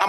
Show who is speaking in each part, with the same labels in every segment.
Speaker 1: I'm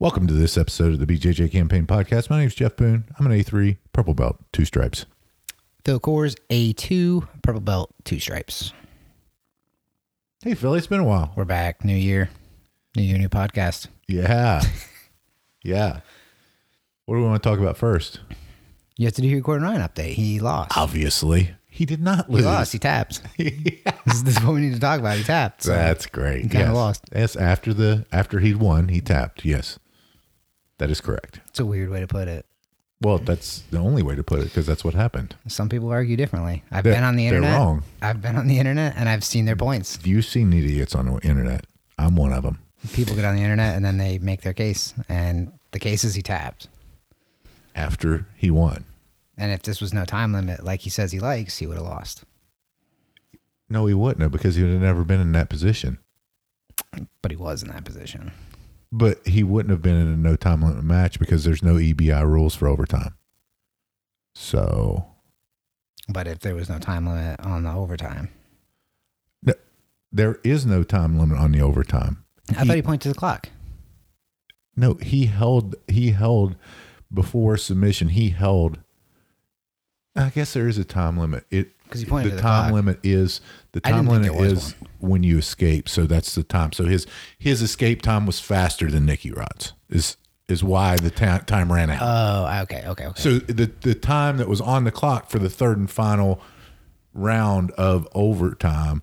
Speaker 2: Welcome to this episode of the BJJ Campaign Podcast. My name's Jeff Boone. I'm an A3 purple belt, two stripes.
Speaker 3: Phil Kors, A2, purple belt, two stripes.
Speaker 2: Hey, Philly, it's been a while.
Speaker 3: We're back. New year, new year, new podcast.
Speaker 2: Yeah. yeah. What do we want to talk about first?
Speaker 3: You have to do your quarter nine update. He lost.
Speaker 2: Oh, Obviously, he did not
Speaker 3: he
Speaker 2: lose.
Speaker 3: lost. He tapped. this, this is what we need to talk about. He tapped. So
Speaker 2: That's great.
Speaker 3: He kinda
Speaker 2: yes.
Speaker 3: lost.
Speaker 2: Yes, after the after he won, he tapped. Yes. That is correct.
Speaker 3: it's a weird way to put it.
Speaker 2: Well, that's the only way to put it because that's what happened.
Speaker 3: Some people argue differently. I've
Speaker 2: They're-
Speaker 3: been on the
Speaker 2: they're
Speaker 3: internet.
Speaker 2: wrong.
Speaker 3: I've been on the internet and I've seen their points.
Speaker 2: You've seen idiots on the internet. I'm one of them.
Speaker 3: People get on the internet and then they make their case, and the case is he tapped.
Speaker 2: After he won.
Speaker 3: And if this was no time limit, like he says he likes, he would have lost.
Speaker 2: No, he wouldn't have because he would have never been in that position.
Speaker 3: But he was in that position.
Speaker 2: But he wouldn't have been in a no time limit match because there's no EBI rules for overtime. So
Speaker 3: But if there was no time limit on the overtime,
Speaker 2: no, there is no time limit on the overtime.
Speaker 3: I thought he pointed to the clock.
Speaker 2: No, he held he held before submission. He held. I guess there is a time limit. It
Speaker 3: 'Cause he pointed
Speaker 2: the
Speaker 3: to the
Speaker 2: time
Speaker 3: clock.
Speaker 2: limit is the
Speaker 3: I
Speaker 2: time
Speaker 3: didn't think
Speaker 2: limit
Speaker 3: there was
Speaker 2: is when you escape. So that's the time. So his his escape time was faster than Nicky Rod's. Is is why the ta- time ran out.
Speaker 3: Oh, okay, okay, okay.
Speaker 2: So the the time that was on the clock for the third and final round of overtime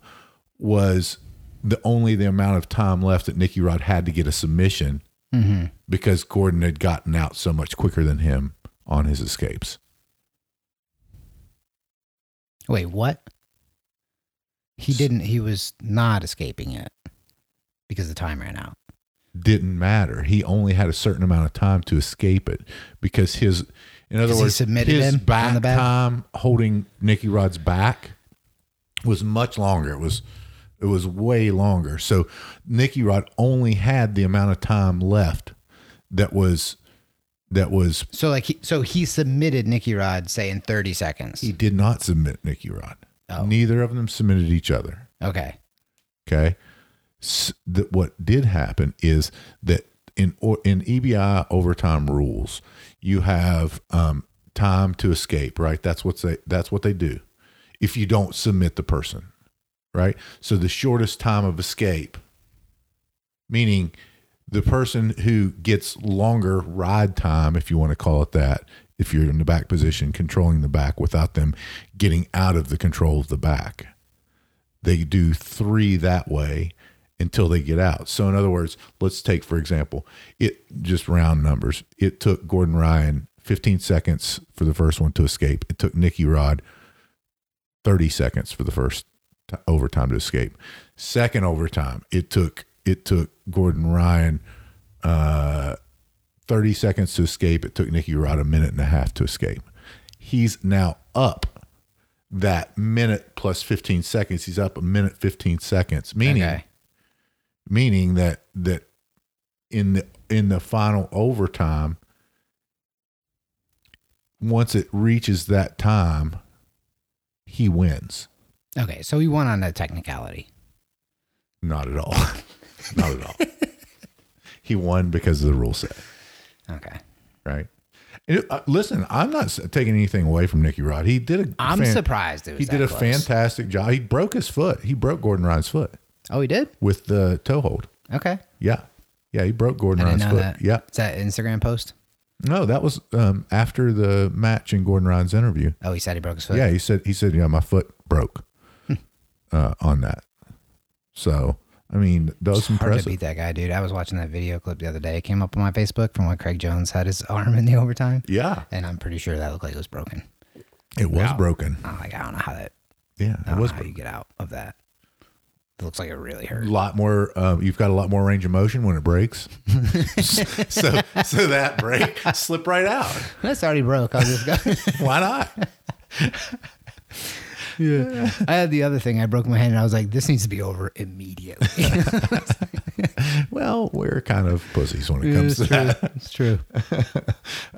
Speaker 2: was the only the amount of time left that Nicky Rod had to get a submission because Gordon had gotten out so much quicker than him on his escapes.
Speaker 3: Wait, what? He didn't. He was not escaping it because the time ran out.
Speaker 2: Didn't matter. He only had a certain amount of time to escape it because his, in other
Speaker 3: Because he
Speaker 2: words,
Speaker 3: submitted
Speaker 2: his
Speaker 3: him on
Speaker 2: back
Speaker 3: the back?
Speaker 2: time holding Nicky Rod's back was much longer. It was it was way longer. So Nicky Rod only had the amount of time left that was that was
Speaker 3: So like, he, so he submitted Nicky Rod say in thirty seconds.
Speaker 2: he did not submit Nicky Rod.
Speaker 3: Oh.
Speaker 2: Neither of them submitted each other.
Speaker 3: okay,
Speaker 2: Okay. S that what did happen is that in or in EBI overtime rules, you have um, time to escape, right? That's what they that's what they do. If you don't submit the person, right? So the shortest time of escape, meaning the person who gets longer ride time, if you want to call it that, if you're in the back position, controlling the back without them getting out of the control of the back they do three that way until they get out. So in other words, let's take for example, it just round numbers. It took Gordon Ryan 15 seconds for the first one to escape. It took Nicky Rod 30 seconds for the first t- overtime to escape. Second overtime, it took it took Gordon Ryan uh 30 seconds to escape. It took Nicky Rod a minute and a half to escape. He's now up that minute plus 15 seconds. He's up a minute 15 seconds, meaning
Speaker 3: okay.
Speaker 2: meaning that that in the in the final overtime once it reaches that time he wins.
Speaker 3: Okay, so he won on a technicality.
Speaker 2: Not at all. Not at all. he won because of the rule set.
Speaker 3: Okay,
Speaker 2: right? And, uh, listen, I'm not s- taking anything away from Nicky Rod. He did a.
Speaker 3: I'm surprised it was
Speaker 2: he did
Speaker 3: that
Speaker 2: a
Speaker 3: close.
Speaker 2: fantastic job. He broke his foot. He broke Gordon Ryan's foot
Speaker 3: Oh, he did.
Speaker 2: with the toe hold.
Speaker 3: Okay,
Speaker 2: Yeah, yeah. He broke Gordon
Speaker 3: I didn't
Speaker 2: Ryan's
Speaker 3: know
Speaker 2: foot.
Speaker 3: that.
Speaker 2: Yeah.
Speaker 3: is that an Instagram post?
Speaker 2: No, that was um, after the match in Gordon Ryan's interview.
Speaker 3: Oh, he said he broke his foot.
Speaker 2: Yeah, he said he said yeah, my foot broke
Speaker 3: Hmm.
Speaker 2: uh, on that. So I mean, that was
Speaker 3: Hard to
Speaker 2: impressive.
Speaker 3: beat that guy, dude. I was watching that video clip the other day. It came up on my Facebook from when Craig Jones had his arm in the overtime,
Speaker 2: Yeah,
Speaker 3: and I'm pretty sure that looked like it was broken.
Speaker 2: it was broken.
Speaker 3: I'm like, I don't know how that.
Speaker 2: Yeah,
Speaker 3: I
Speaker 2: it
Speaker 3: don't
Speaker 2: was.
Speaker 3: know how you get out of that. It looks like it really hurt.
Speaker 2: lot more uh, you've got a lot more range of motion when it breaks so so that break slip right out
Speaker 3: That's already broke. I'll just go.
Speaker 2: why not yeah
Speaker 3: I had the other thing. I broke my hand and I was like, this needs to be over immediately.
Speaker 2: well we're kind of pussies when it comes to that
Speaker 3: It's true.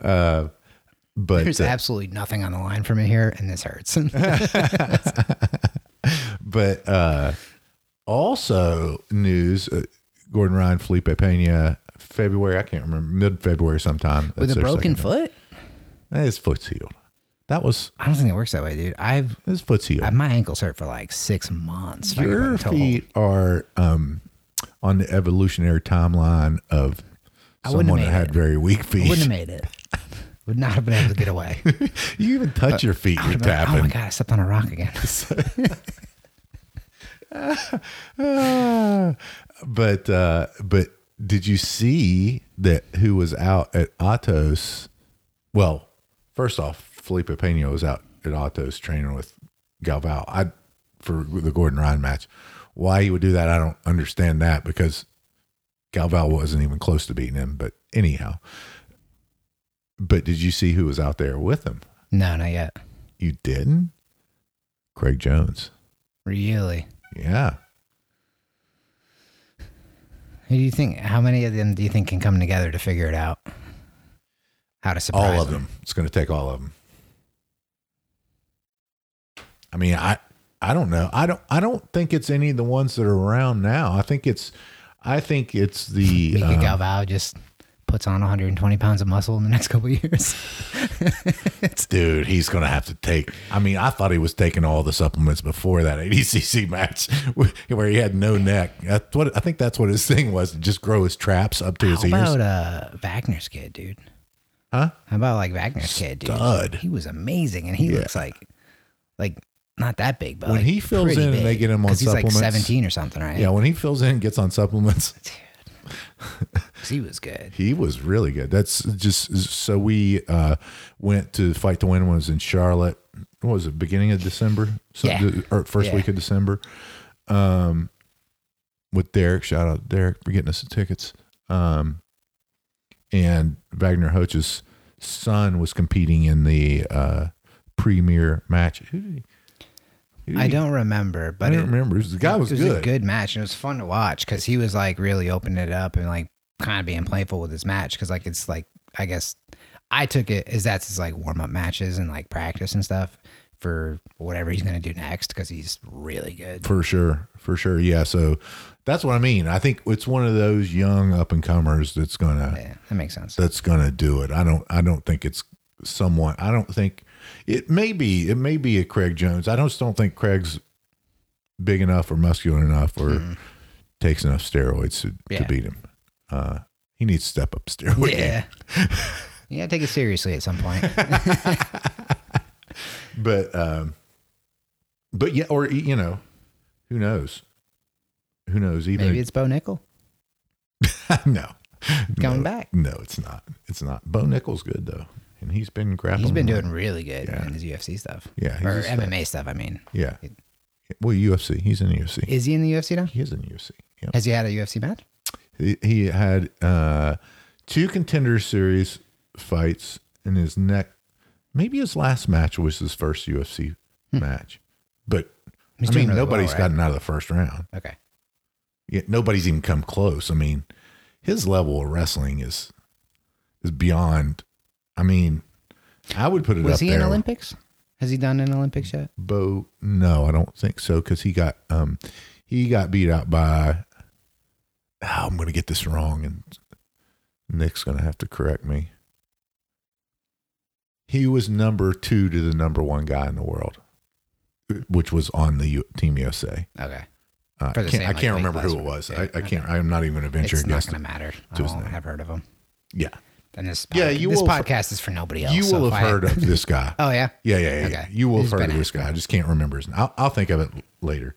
Speaker 2: but
Speaker 3: There's
Speaker 2: uh,
Speaker 3: absolutely nothing on the line for me here, and this hurts.
Speaker 2: but uh also news uh, gordon ryan felipe pena february i can't remember mid-february sometime
Speaker 3: With
Speaker 2: That's
Speaker 3: a
Speaker 2: their
Speaker 3: broken
Speaker 2: second-
Speaker 3: foot?
Speaker 2: his foot's healed that was
Speaker 3: I don't think it works that way, dude. I've
Speaker 2: his foot's healed
Speaker 3: I- my ankles hurt for like six months. if I
Speaker 2: Your
Speaker 3: couldn't toe hold.
Speaker 2: feet are um, on the evolutionary timeline of
Speaker 3: I wouldn't
Speaker 2: someone
Speaker 3: have
Speaker 2: that
Speaker 3: made
Speaker 2: had
Speaker 3: it.
Speaker 2: very weak
Speaker 3: I wouldn't have
Speaker 2: feet.
Speaker 3: made it. Would not have been able to get away. I
Speaker 2: You even touch your feet, you're
Speaker 3: would've been like,
Speaker 2: tapping.
Speaker 3: oh my god, I stepped on a rock again.
Speaker 2: Ah. but uh, but did you see that who was out at Atos? Well, first off, Felipe Pena was out at Atos training with Galval. I for the Gordon Ryan match. Why he would do that, I don't understand that because Galval wasn't even close to beating him. But anyhow, but did you see who was out there with him?
Speaker 3: no, not yet.
Speaker 2: You didn't, Craig Jones.
Speaker 3: Really?
Speaker 2: Yeah.
Speaker 3: Who do you think? How many of them do you think can come together to figure it out? How to surprise
Speaker 2: all of them. It's going to take all of them. I mean, I I don't know. I don't I don't think it's any of the ones that are around now. I think it's I think it's the
Speaker 3: Mika
Speaker 2: um,
Speaker 3: Galvao just puts on 120 pounds of muscle in the next couple of years.
Speaker 2: dude. He's going to have to take. I mean, I thought he was taking all the supplements before that ADCC match where he had no neck. That's what I think. That's what his thing was to just grow his traps up to his
Speaker 3: How about
Speaker 2: ears.
Speaker 3: uh, Wagner's kid, dude?
Speaker 2: Huh?
Speaker 3: How about like Wagner's kid, dude?
Speaker 2: Stud.
Speaker 3: He was amazing, and he
Speaker 2: Yeah.
Speaker 3: looks like like not that big, but
Speaker 2: When
Speaker 3: like,
Speaker 2: he fills
Speaker 3: pretty
Speaker 2: in and they
Speaker 3: big.
Speaker 2: get him on
Speaker 3: 'Cause he's like
Speaker 2: supplements.
Speaker 3: 17 or something, right?
Speaker 2: Yeah, when he fills in, and gets on supplements.
Speaker 3: 'Cause he was good.
Speaker 2: He was really good. That's just so we uh, went to fight to win when it was in Charlotte. What was it? Beginning of December, so,
Speaker 3: Yeah.
Speaker 2: or first
Speaker 3: Yeah.
Speaker 2: week of December. Um, with Derek, shout out to Derek for getting us the tickets. Um, and Wagner Hoch's son was competing in the uh, premier match. Who did he? who did
Speaker 3: I
Speaker 2: he-
Speaker 3: don't remember, but
Speaker 2: I don't
Speaker 3: it-
Speaker 2: remember. It was- The guy was,
Speaker 3: it was
Speaker 2: good.
Speaker 3: a good match, and it was fun to watch because he was like really opening it up and like kind of being playful with his match because like it's like I guess I took it as that's his like warm up matches and like practice and stuff for whatever he's gonna do next because he's really good.
Speaker 2: For sure. For sure. Yeah. So that's what I mean. I think it's one of those young up and comers that's gonna
Speaker 3: Yeah, that makes sense.
Speaker 2: that's gonna do it. I don't I don't think it's someone I don't think it may be it may be a Craig Jones. I just don't think Craig's big enough or muscular enough or takes enough steroids to, to
Speaker 3: Mm-hmm. Yeah.
Speaker 2: beat him. Uh he needs to step up steroid. game.
Speaker 3: Yeah. You gotta take it seriously at some point.
Speaker 2: But um but yeah, or you know, who knows? Who knows? Even
Speaker 3: Maybe it's Bo Nickel.
Speaker 2: no. No,
Speaker 3: Coming back.
Speaker 2: No, it's not. It's not. Bo Nickel's good though, and he's been grappling.
Speaker 3: He's been doing really good
Speaker 2: Yeah.
Speaker 3: in his UFC stuff.
Speaker 2: Yeah, he's
Speaker 3: Or
Speaker 2: just- uh,
Speaker 3: MMA stuff, I mean.
Speaker 2: Yeah. Well, UFC. He's in the UFC.
Speaker 3: Is he in the UFC now?
Speaker 2: He is in the UFC. Yeah.
Speaker 3: Has he had a UFC match?
Speaker 2: He, he had uh, two contender series fights in his neck. Maybe his last match was his first UFC match, but
Speaker 3: Hmm. He's
Speaker 2: I mean,
Speaker 3: doing really well,
Speaker 2: nobody's
Speaker 3: right?
Speaker 2: gotten out of the first round.
Speaker 3: Okay.
Speaker 2: Yeah, nobody's even come close. I mean, his level of wrestling is is beyond. I mean, I would put it
Speaker 3: Was
Speaker 2: up
Speaker 3: he
Speaker 2: there.
Speaker 3: in Olympics? Has he done an Olympics yet?
Speaker 2: Bo, no, I don't think so because he got um he got beat out by. Oh, I'm gonna get this wrong, and Nick's gonna have to correct me. He was number two to the number one guy in the world, which was on the U- Team USA.
Speaker 3: Okay.
Speaker 2: Uh,
Speaker 3: For
Speaker 2: I
Speaker 3: the
Speaker 2: can't,
Speaker 3: same,
Speaker 2: I can't
Speaker 3: like, weight
Speaker 2: remember
Speaker 3: class,
Speaker 2: who it was.
Speaker 3: yeah,
Speaker 2: I, I can't. I'm not even a venture
Speaker 3: it's not
Speaker 2: guest.
Speaker 3: going to matter. I
Speaker 2: to his
Speaker 3: won't
Speaker 2: name.
Speaker 3: have heard of him.
Speaker 2: Yeah,
Speaker 3: And this pod-
Speaker 2: Yeah, you
Speaker 3: this
Speaker 2: will-
Speaker 3: podcast is for nobody else.
Speaker 2: you
Speaker 3: so
Speaker 2: will
Speaker 3: if
Speaker 2: have
Speaker 3: I-
Speaker 2: heard of this guy.
Speaker 3: Oh yeah.
Speaker 2: Yeah, yeah, yeah.
Speaker 3: Okay.
Speaker 2: yeah. You will have
Speaker 3: He's
Speaker 2: heard
Speaker 3: been
Speaker 2: of this guy. I just can't remember his name. I'll, I'll think of it l- later.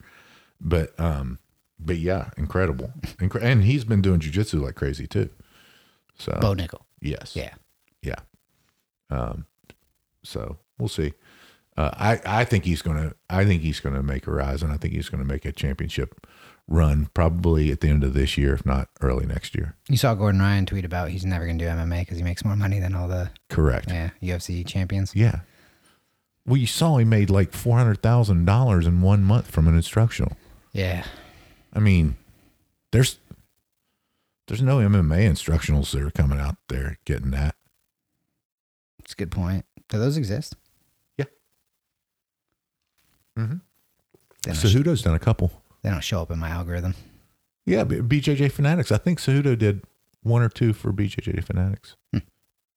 Speaker 2: But um, but yeah, incredible. Incre- and he's been doing jujitsu like crazy too. So
Speaker 3: Bo Nickel.
Speaker 2: yes,
Speaker 3: Yeah.
Speaker 2: yeah. Um, so we'll see. Uh, I I think he's gonna I think he's gonna make a rise, and I think he's gonna make a championship run probably at the end of this year, if not early next year.
Speaker 3: You saw Gordon Ryan tweet about he's never going to do MMA because he makes more money than all the
Speaker 2: Correct.
Speaker 3: yeah UFC champions.
Speaker 2: Yeah. Well, you saw he made like four hundred thousand dollars in one month from an instructional.
Speaker 3: Yeah,
Speaker 2: I mean, there's there's no MMA instructionals that are coming out there getting that.
Speaker 3: it's a good point. Do those exist?
Speaker 2: Yeah. Mhm.
Speaker 3: They don't, sh-
Speaker 2: Cejudo's done a couple.
Speaker 3: they don't show up in my algorithm.
Speaker 2: Yeah, B- BJJ Fanatics. I think Cejudo did one or two for BJJ Fanatics.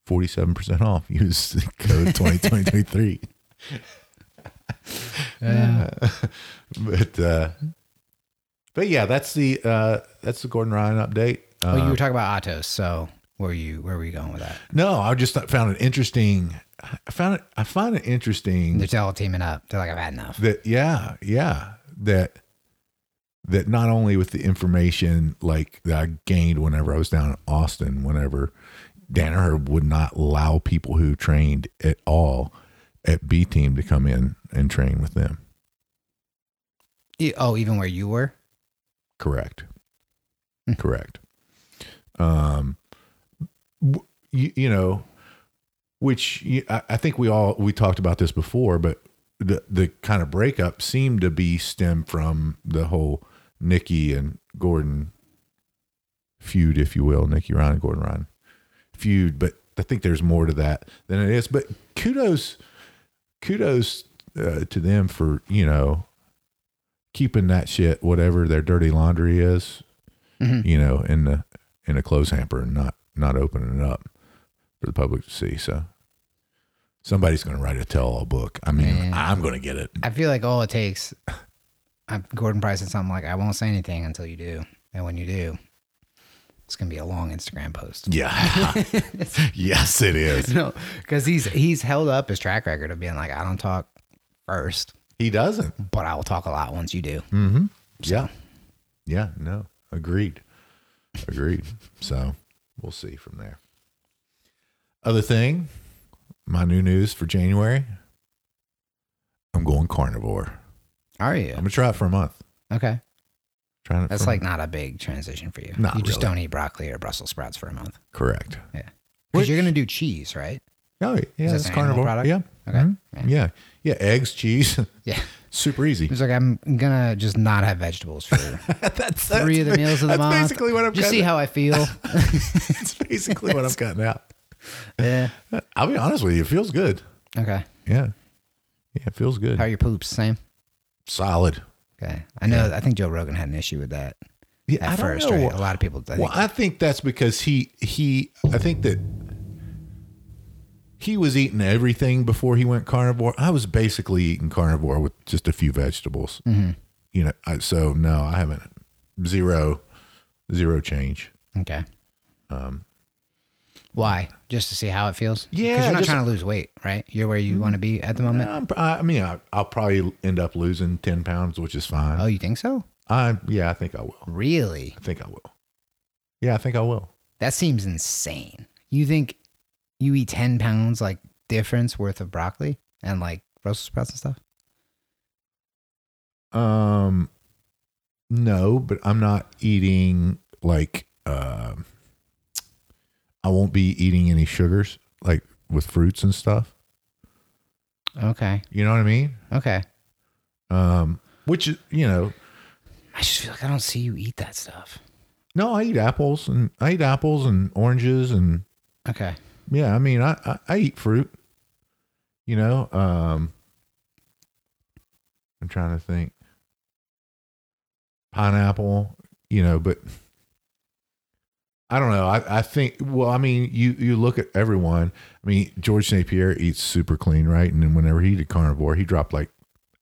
Speaker 2: Forty-seven percent off. Use the code twenty twenty twenty three. But uh, but yeah, that's the uh, that's the Gordon Ryan update.
Speaker 3: well,
Speaker 2: Uh,
Speaker 3: Oh, you were talking about Atos, so where you where were you going with that?
Speaker 2: no, I just found it interesting. I found it. I find it interesting.
Speaker 3: They're all teaming up. They're like, I've had enough.
Speaker 2: that yeah yeah that that not only with the information like that i gained whenever i was down in austin whenever danaher would not allow people who trained at all at b team to come in and train with them
Speaker 3: E- Oh, even where you were.
Speaker 2: correct correct um w- you, you know which you, I, I think we all we talked about this before, but the the kind of breakup seemed to be stem from the whole Nikki and Gordon feud, if you will, Nikki Ryan and Gordon Ryan feud. But I think there's more to that than it is. But kudos, kudos uh, to them for you know keeping that shit, whatever their dirty laundry is, you know, in the in a clothes hamper and not not opening it up for the public to see. So somebody's going to write a tell-all book. I mean,
Speaker 3: Man.
Speaker 2: I'm going to get it.
Speaker 3: I feel like all it takes. i Gordon Price said something like, "I won't say anything until you do," and when you do, it's gonna be a long Instagram post.
Speaker 2: Yeah. yes, it is.
Speaker 3: No, because he's he's held up his track record of being like, I don't talk first,
Speaker 2: He doesn't.
Speaker 3: but I will talk a lot once you do.
Speaker 2: Mm-hmm. Yeah. Yeah. No. Agreed. Agreed. so we'll see from there. Other thing, my new news for January. I'm going carnivore.
Speaker 3: Are you
Speaker 2: I'm gonna try it for a month.
Speaker 3: okay?
Speaker 2: Trying it.
Speaker 3: That's
Speaker 2: for a
Speaker 3: like not a big transition for you.
Speaker 2: Hmm. Not
Speaker 3: you just
Speaker 2: really.
Speaker 3: don't eat broccoli or Brussels sprouts for a month.
Speaker 2: month. correct.
Speaker 3: Yeah,
Speaker 2: Which-
Speaker 3: because you're gonna do cheese, right?
Speaker 2: Oh yeah,
Speaker 3: this
Speaker 2: it's
Speaker 3: an
Speaker 2: carnivore.
Speaker 3: animal product?
Speaker 2: Yeah.
Speaker 3: Okay.
Speaker 2: Mhm.
Speaker 3: Yeah.
Speaker 2: Yeah. Yeah. Eggs, cheese,
Speaker 3: Yeah.
Speaker 2: super easy.
Speaker 3: He's like, I'm gonna just not have vegetables for
Speaker 2: that's
Speaker 3: three of the meals of the
Speaker 2: that's
Speaker 3: month.
Speaker 2: basically what I'm
Speaker 3: Just
Speaker 2: cutting
Speaker 3: see how I feel.
Speaker 2: That's basically what I'm cutting out.
Speaker 3: yeah.
Speaker 2: I'll be honest with you, it feels good.
Speaker 3: Okay.
Speaker 2: Yeah. Yeah, it feels good.
Speaker 3: How are your poops? Same.
Speaker 2: Solid.
Speaker 3: Okay. I know. I think Joe Rogan had an issue with that
Speaker 2: Yeah,
Speaker 3: at
Speaker 2: I don't
Speaker 3: first.
Speaker 2: know.
Speaker 3: Right? A lot of people. I think,
Speaker 2: Well, I think that's because he he I think that he was eating everything before he went carnivore. I was basically eating carnivore with just a few vegetables.
Speaker 3: Mm-hmm.
Speaker 2: You know, I, so no, I haven't zero zero change.
Speaker 3: okay. Um. Why? Just to see how it feels. 'Cause
Speaker 2: Yeah,
Speaker 3: You're not
Speaker 2: just- Mm,
Speaker 3: trying to lose weight, right? You're where you want to be at the moment.
Speaker 2: I'm, I mean, I, I'll probably end up losing ten pounds, which is fine.
Speaker 3: Oh, you think so?
Speaker 2: I yeah, I think I will.
Speaker 3: Really?
Speaker 2: I think I will. Yeah, I think I will.
Speaker 3: That seems insane. You think you eat ten pounds like difference worth of broccoli and like Brussels sprouts and stuff?
Speaker 2: Um, no, but I'm not eating like um. I won't be eating any sugars like with fruits and stuff.
Speaker 3: Okay.
Speaker 2: You know what I mean?
Speaker 3: Okay.
Speaker 2: Um, which is you know,
Speaker 3: I just feel like I don't see you eat that stuff.
Speaker 2: no, I eat apples and I eat apples and oranges and
Speaker 3: Okay.
Speaker 2: yeah, I mean, I I, I eat fruit. You know, um, I'm trying to think. Pineapple, you know, but I don't know. I, I think well, I mean, you you look at everyone. I mean, George St. Pierre eats super clean, right? And then whenever he did carnivore, he dropped like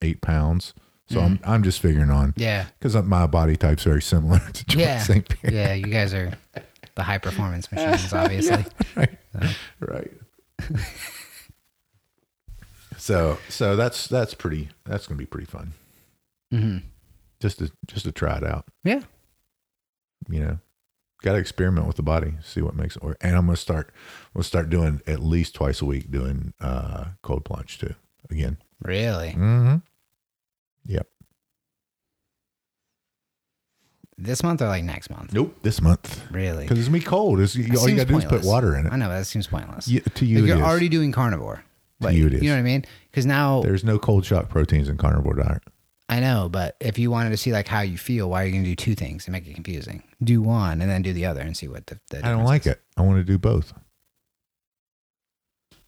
Speaker 2: eight pounds. So I'm I'm just figuring on
Speaker 3: Yeah.
Speaker 2: because my body type's very similar to George
Speaker 3: Yeah.
Speaker 2: St. Pierre.
Speaker 3: Yeah. You guys are the high performance machines, obviously.
Speaker 2: right. Right. so so that's that's pretty that's gonna be pretty fun.
Speaker 3: hmm
Speaker 2: Just to just to try it out.
Speaker 3: Yeah.
Speaker 2: You know. Gotta experiment with the body, see what makes it work. And I'm gonna start we'll start doing at least twice a week doing uh cold plunge too. Again.
Speaker 3: Really?
Speaker 2: Mm-hmm. Yep.
Speaker 3: This month or like next month?
Speaker 2: Nope. This month
Speaker 3: Really?
Speaker 2: because it's gonna be cold. It's,
Speaker 3: That
Speaker 2: all you
Speaker 3: seems
Speaker 2: gotta do is put
Speaker 3: pointless.
Speaker 2: water in
Speaker 3: I
Speaker 2: it.
Speaker 3: know that seems pointless.
Speaker 2: Yeah, to you,
Speaker 3: Like,
Speaker 2: it
Speaker 3: you're
Speaker 2: is.
Speaker 3: already doing carnivore. Like,
Speaker 2: you it
Speaker 3: You know
Speaker 2: is.
Speaker 3: what I mean? Because now
Speaker 2: There's no cold shock proteins in carnivore diet.
Speaker 3: I know, but if you wanted to see like how you feel, why are you going to do two things and make it confusing? Do one and then do the other and see what the. the
Speaker 2: I don't
Speaker 3: difference
Speaker 2: like
Speaker 3: is.
Speaker 2: it. I want to do both.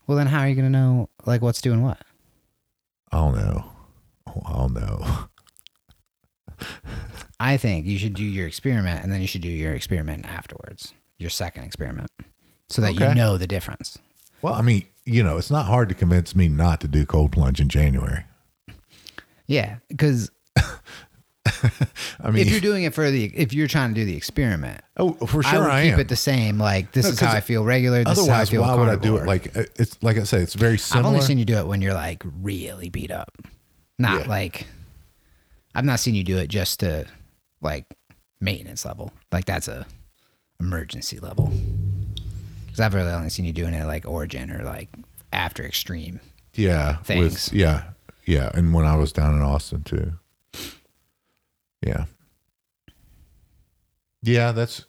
Speaker 3: Well, then how are you going to know like what's doing what?
Speaker 2: I'll know. Oh, I'll know.
Speaker 3: I think you should do your experiment and then you should do your experiment afterwards, your second experiment, so that
Speaker 2: Okay.
Speaker 3: you know the difference.
Speaker 2: Well, I mean, you know, it's not hard to convince me not to do cold plunge in January.
Speaker 3: Yeah, because
Speaker 2: I
Speaker 3: if you're
Speaker 2: mean,
Speaker 3: doing it for the if you're trying to do the experiment,
Speaker 2: oh, for
Speaker 3: I
Speaker 2: sure
Speaker 3: would
Speaker 2: I,
Speaker 3: keep
Speaker 2: am.
Speaker 3: it the same. Like this
Speaker 2: No,
Speaker 3: is how
Speaker 2: 'cause
Speaker 3: I feel regular. This is how I
Speaker 2: Otherwise,
Speaker 3: feel.
Speaker 2: why would I do it?
Speaker 3: carnivore.
Speaker 2: Like uh, it's like I say, it's very
Speaker 3: I've
Speaker 2: similar.
Speaker 3: only seen you do it when you're like really beat up, not
Speaker 2: Yeah.
Speaker 3: like I've not seen you do it just to like maintenance level. Like that's a emergency level. Because I've really only seen you doing it like origin or like after extreme.
Speaker 2: yeah,
Speaker 3: things.
Speaker 2: with yeah, yeah, and when I was down in Austin too. Yeah. Yeah, that's.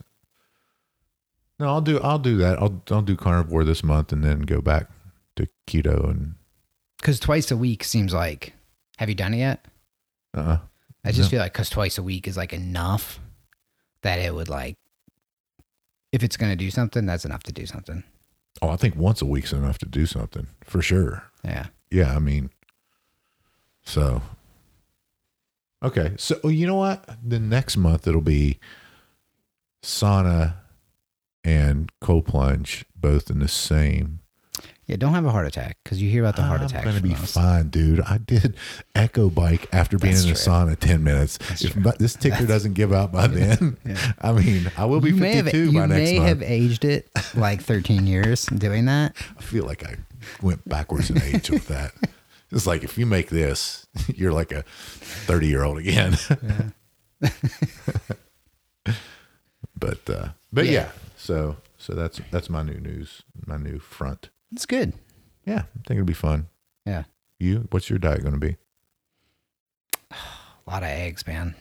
Speaker 2: No, I'll do. I'll do that. I'll I'll do carnivore this month, and then go back to keto and
Speaker 3: Because twice a week seems like. Have you done it yet?
Speaker 2: uh.
Speaker 3: I just
Speaker 2: No.
Speaker 3: feel like because twice a week is like enough that it would like. If it's gonna do something, that's enough to do something.
Speaker 2: Oh, I think once a week's enough to do something for sure.
Speaker 3: Yeah.
Speaker 2: Yeah, I mean, so okay. So oh, you know what? The next month it'll be sauna and cold plunge both in the same.
Speaker 3: Yeah. Don't have a heart attack because you hear about the heart attack.
Speaker 2: I'm gonna
Speaker 3: from
Speaker 2: be
Speaker 3: us.
Speaker 2: fine, dude. I did echo bike after being
Speaker 3: That's
Speaker 2: in the
Speaker 3: true.
Speaker 2: sauna ten minutes. if my, this ticker doesn't give out by then, I mean, I will be
Speaker 3: you may have,
Speaker 2: 52
Speaker 3: you
Speaker 2: by next
Speaker 3: may
Speaker 2: month.
Speaker 3: have aged it like 13 years doing that.
Speaker 2: I feel like I went backwards in age with that. It's like if you make this, you're like a 30 year old again. but uh, but yeah.
Speaker 3: Yeah.
Speaker 2: so so that's that's my new news, my new front.
Speaker 3: It's good.
Speaker 2: Yeah, I think it'll be fun.
Speaker 3: Yeah.
Speaker 2: You, what's your diet going to be?
Speaker 3: A lot of eggs, man.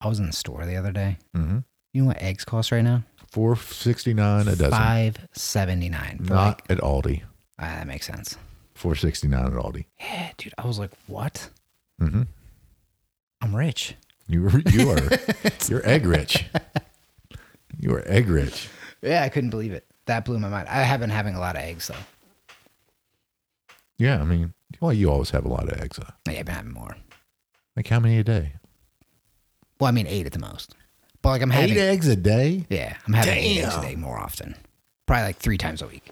Speaker 3: I was in the store the other day.
Speaker 2: Mm-hmm.
Speaker 3: You know what eggs cost right now?
Speaker 2: Four sixty nine a dozen.
Speaker 3: 579.
Speaker 2: Not
Speaker 3: for, Like,
Speaker 2: at Aldi.
Speaker 3: ah, that makes sense.
Speaker 2: Four sixty nine at Aldi.
Speaker 3: Yeah, dude. I was like, what?
Speaker 2: Mm-hmm.
Speaker 3: I'm rich.
Speaker 2: You you are you're egg rich. You are egg rich.
Speaker 3: Yeah, I couldn't believe it. That blew my mind. I have been having a lot of eggs, though.
Speaker 2: Yeah, I mean, well, you always have a lot of eggs. Huh?
Speaker 3: Yeah, I've been having more.
Speaker 2: Like how many a day?
Speaker 3: Well, I mean, eight at the most. But like, I'm having.
Speaker 2: Eight eggs a day?
Speaker 3: Yeah, I'm having eight eggs a
Speaker 2: Damn.
Speaker 3: day more often. Probably like three times a week.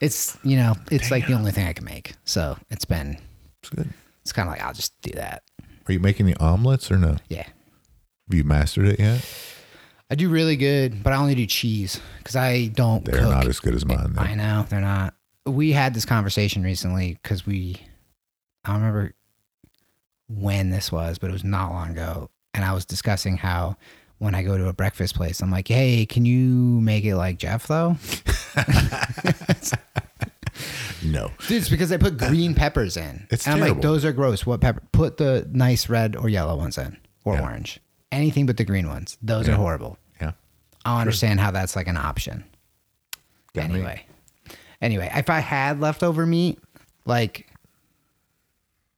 Speaker 3: It's you know, it's like the only thing I can make. So it's been
Speaker 2: It's good.
Speaker 3: it's kinda like I'll just do that.
Speaker 2: Are you making the omelets or no?
Speaker 3: Yeah.
Speaker 2: Have you mastered it yet?
Speaker 3: I do really good, but I only do cheese because I don't
Speaker 2: They're
Speaker 3: cook.
Speaker 2: not as good as mine. Though.
Speaker 3: I know they're not. We had this conversation recently because we, I don't remember when this was, but it was not long ago. And I was discussing how when I go to a breakfast place, I'm like, hey, can you make it like Jeff though?
Speaker 2: No.
Speaker 3: Dude, it's because they put green peppers in.
Speaker 2: It's
Speaker 3: and I'm
Speaker 2: terrible.
Speaker 3: like, those are gross. What pepper? Put the nice red or yellow ones in, or
Speaker 2: Yeah.
Speaker 3: orange. Anything but the green ones. Those
Speaker 2: Yeah.
Speaker 3: are horrible.
Speaker 2: Yeah.
Speaker 3: I don't understand how that's like an option.
Speaker 2: Got me.
Speaker 3: anyway, anyway, if I had leftover meat, like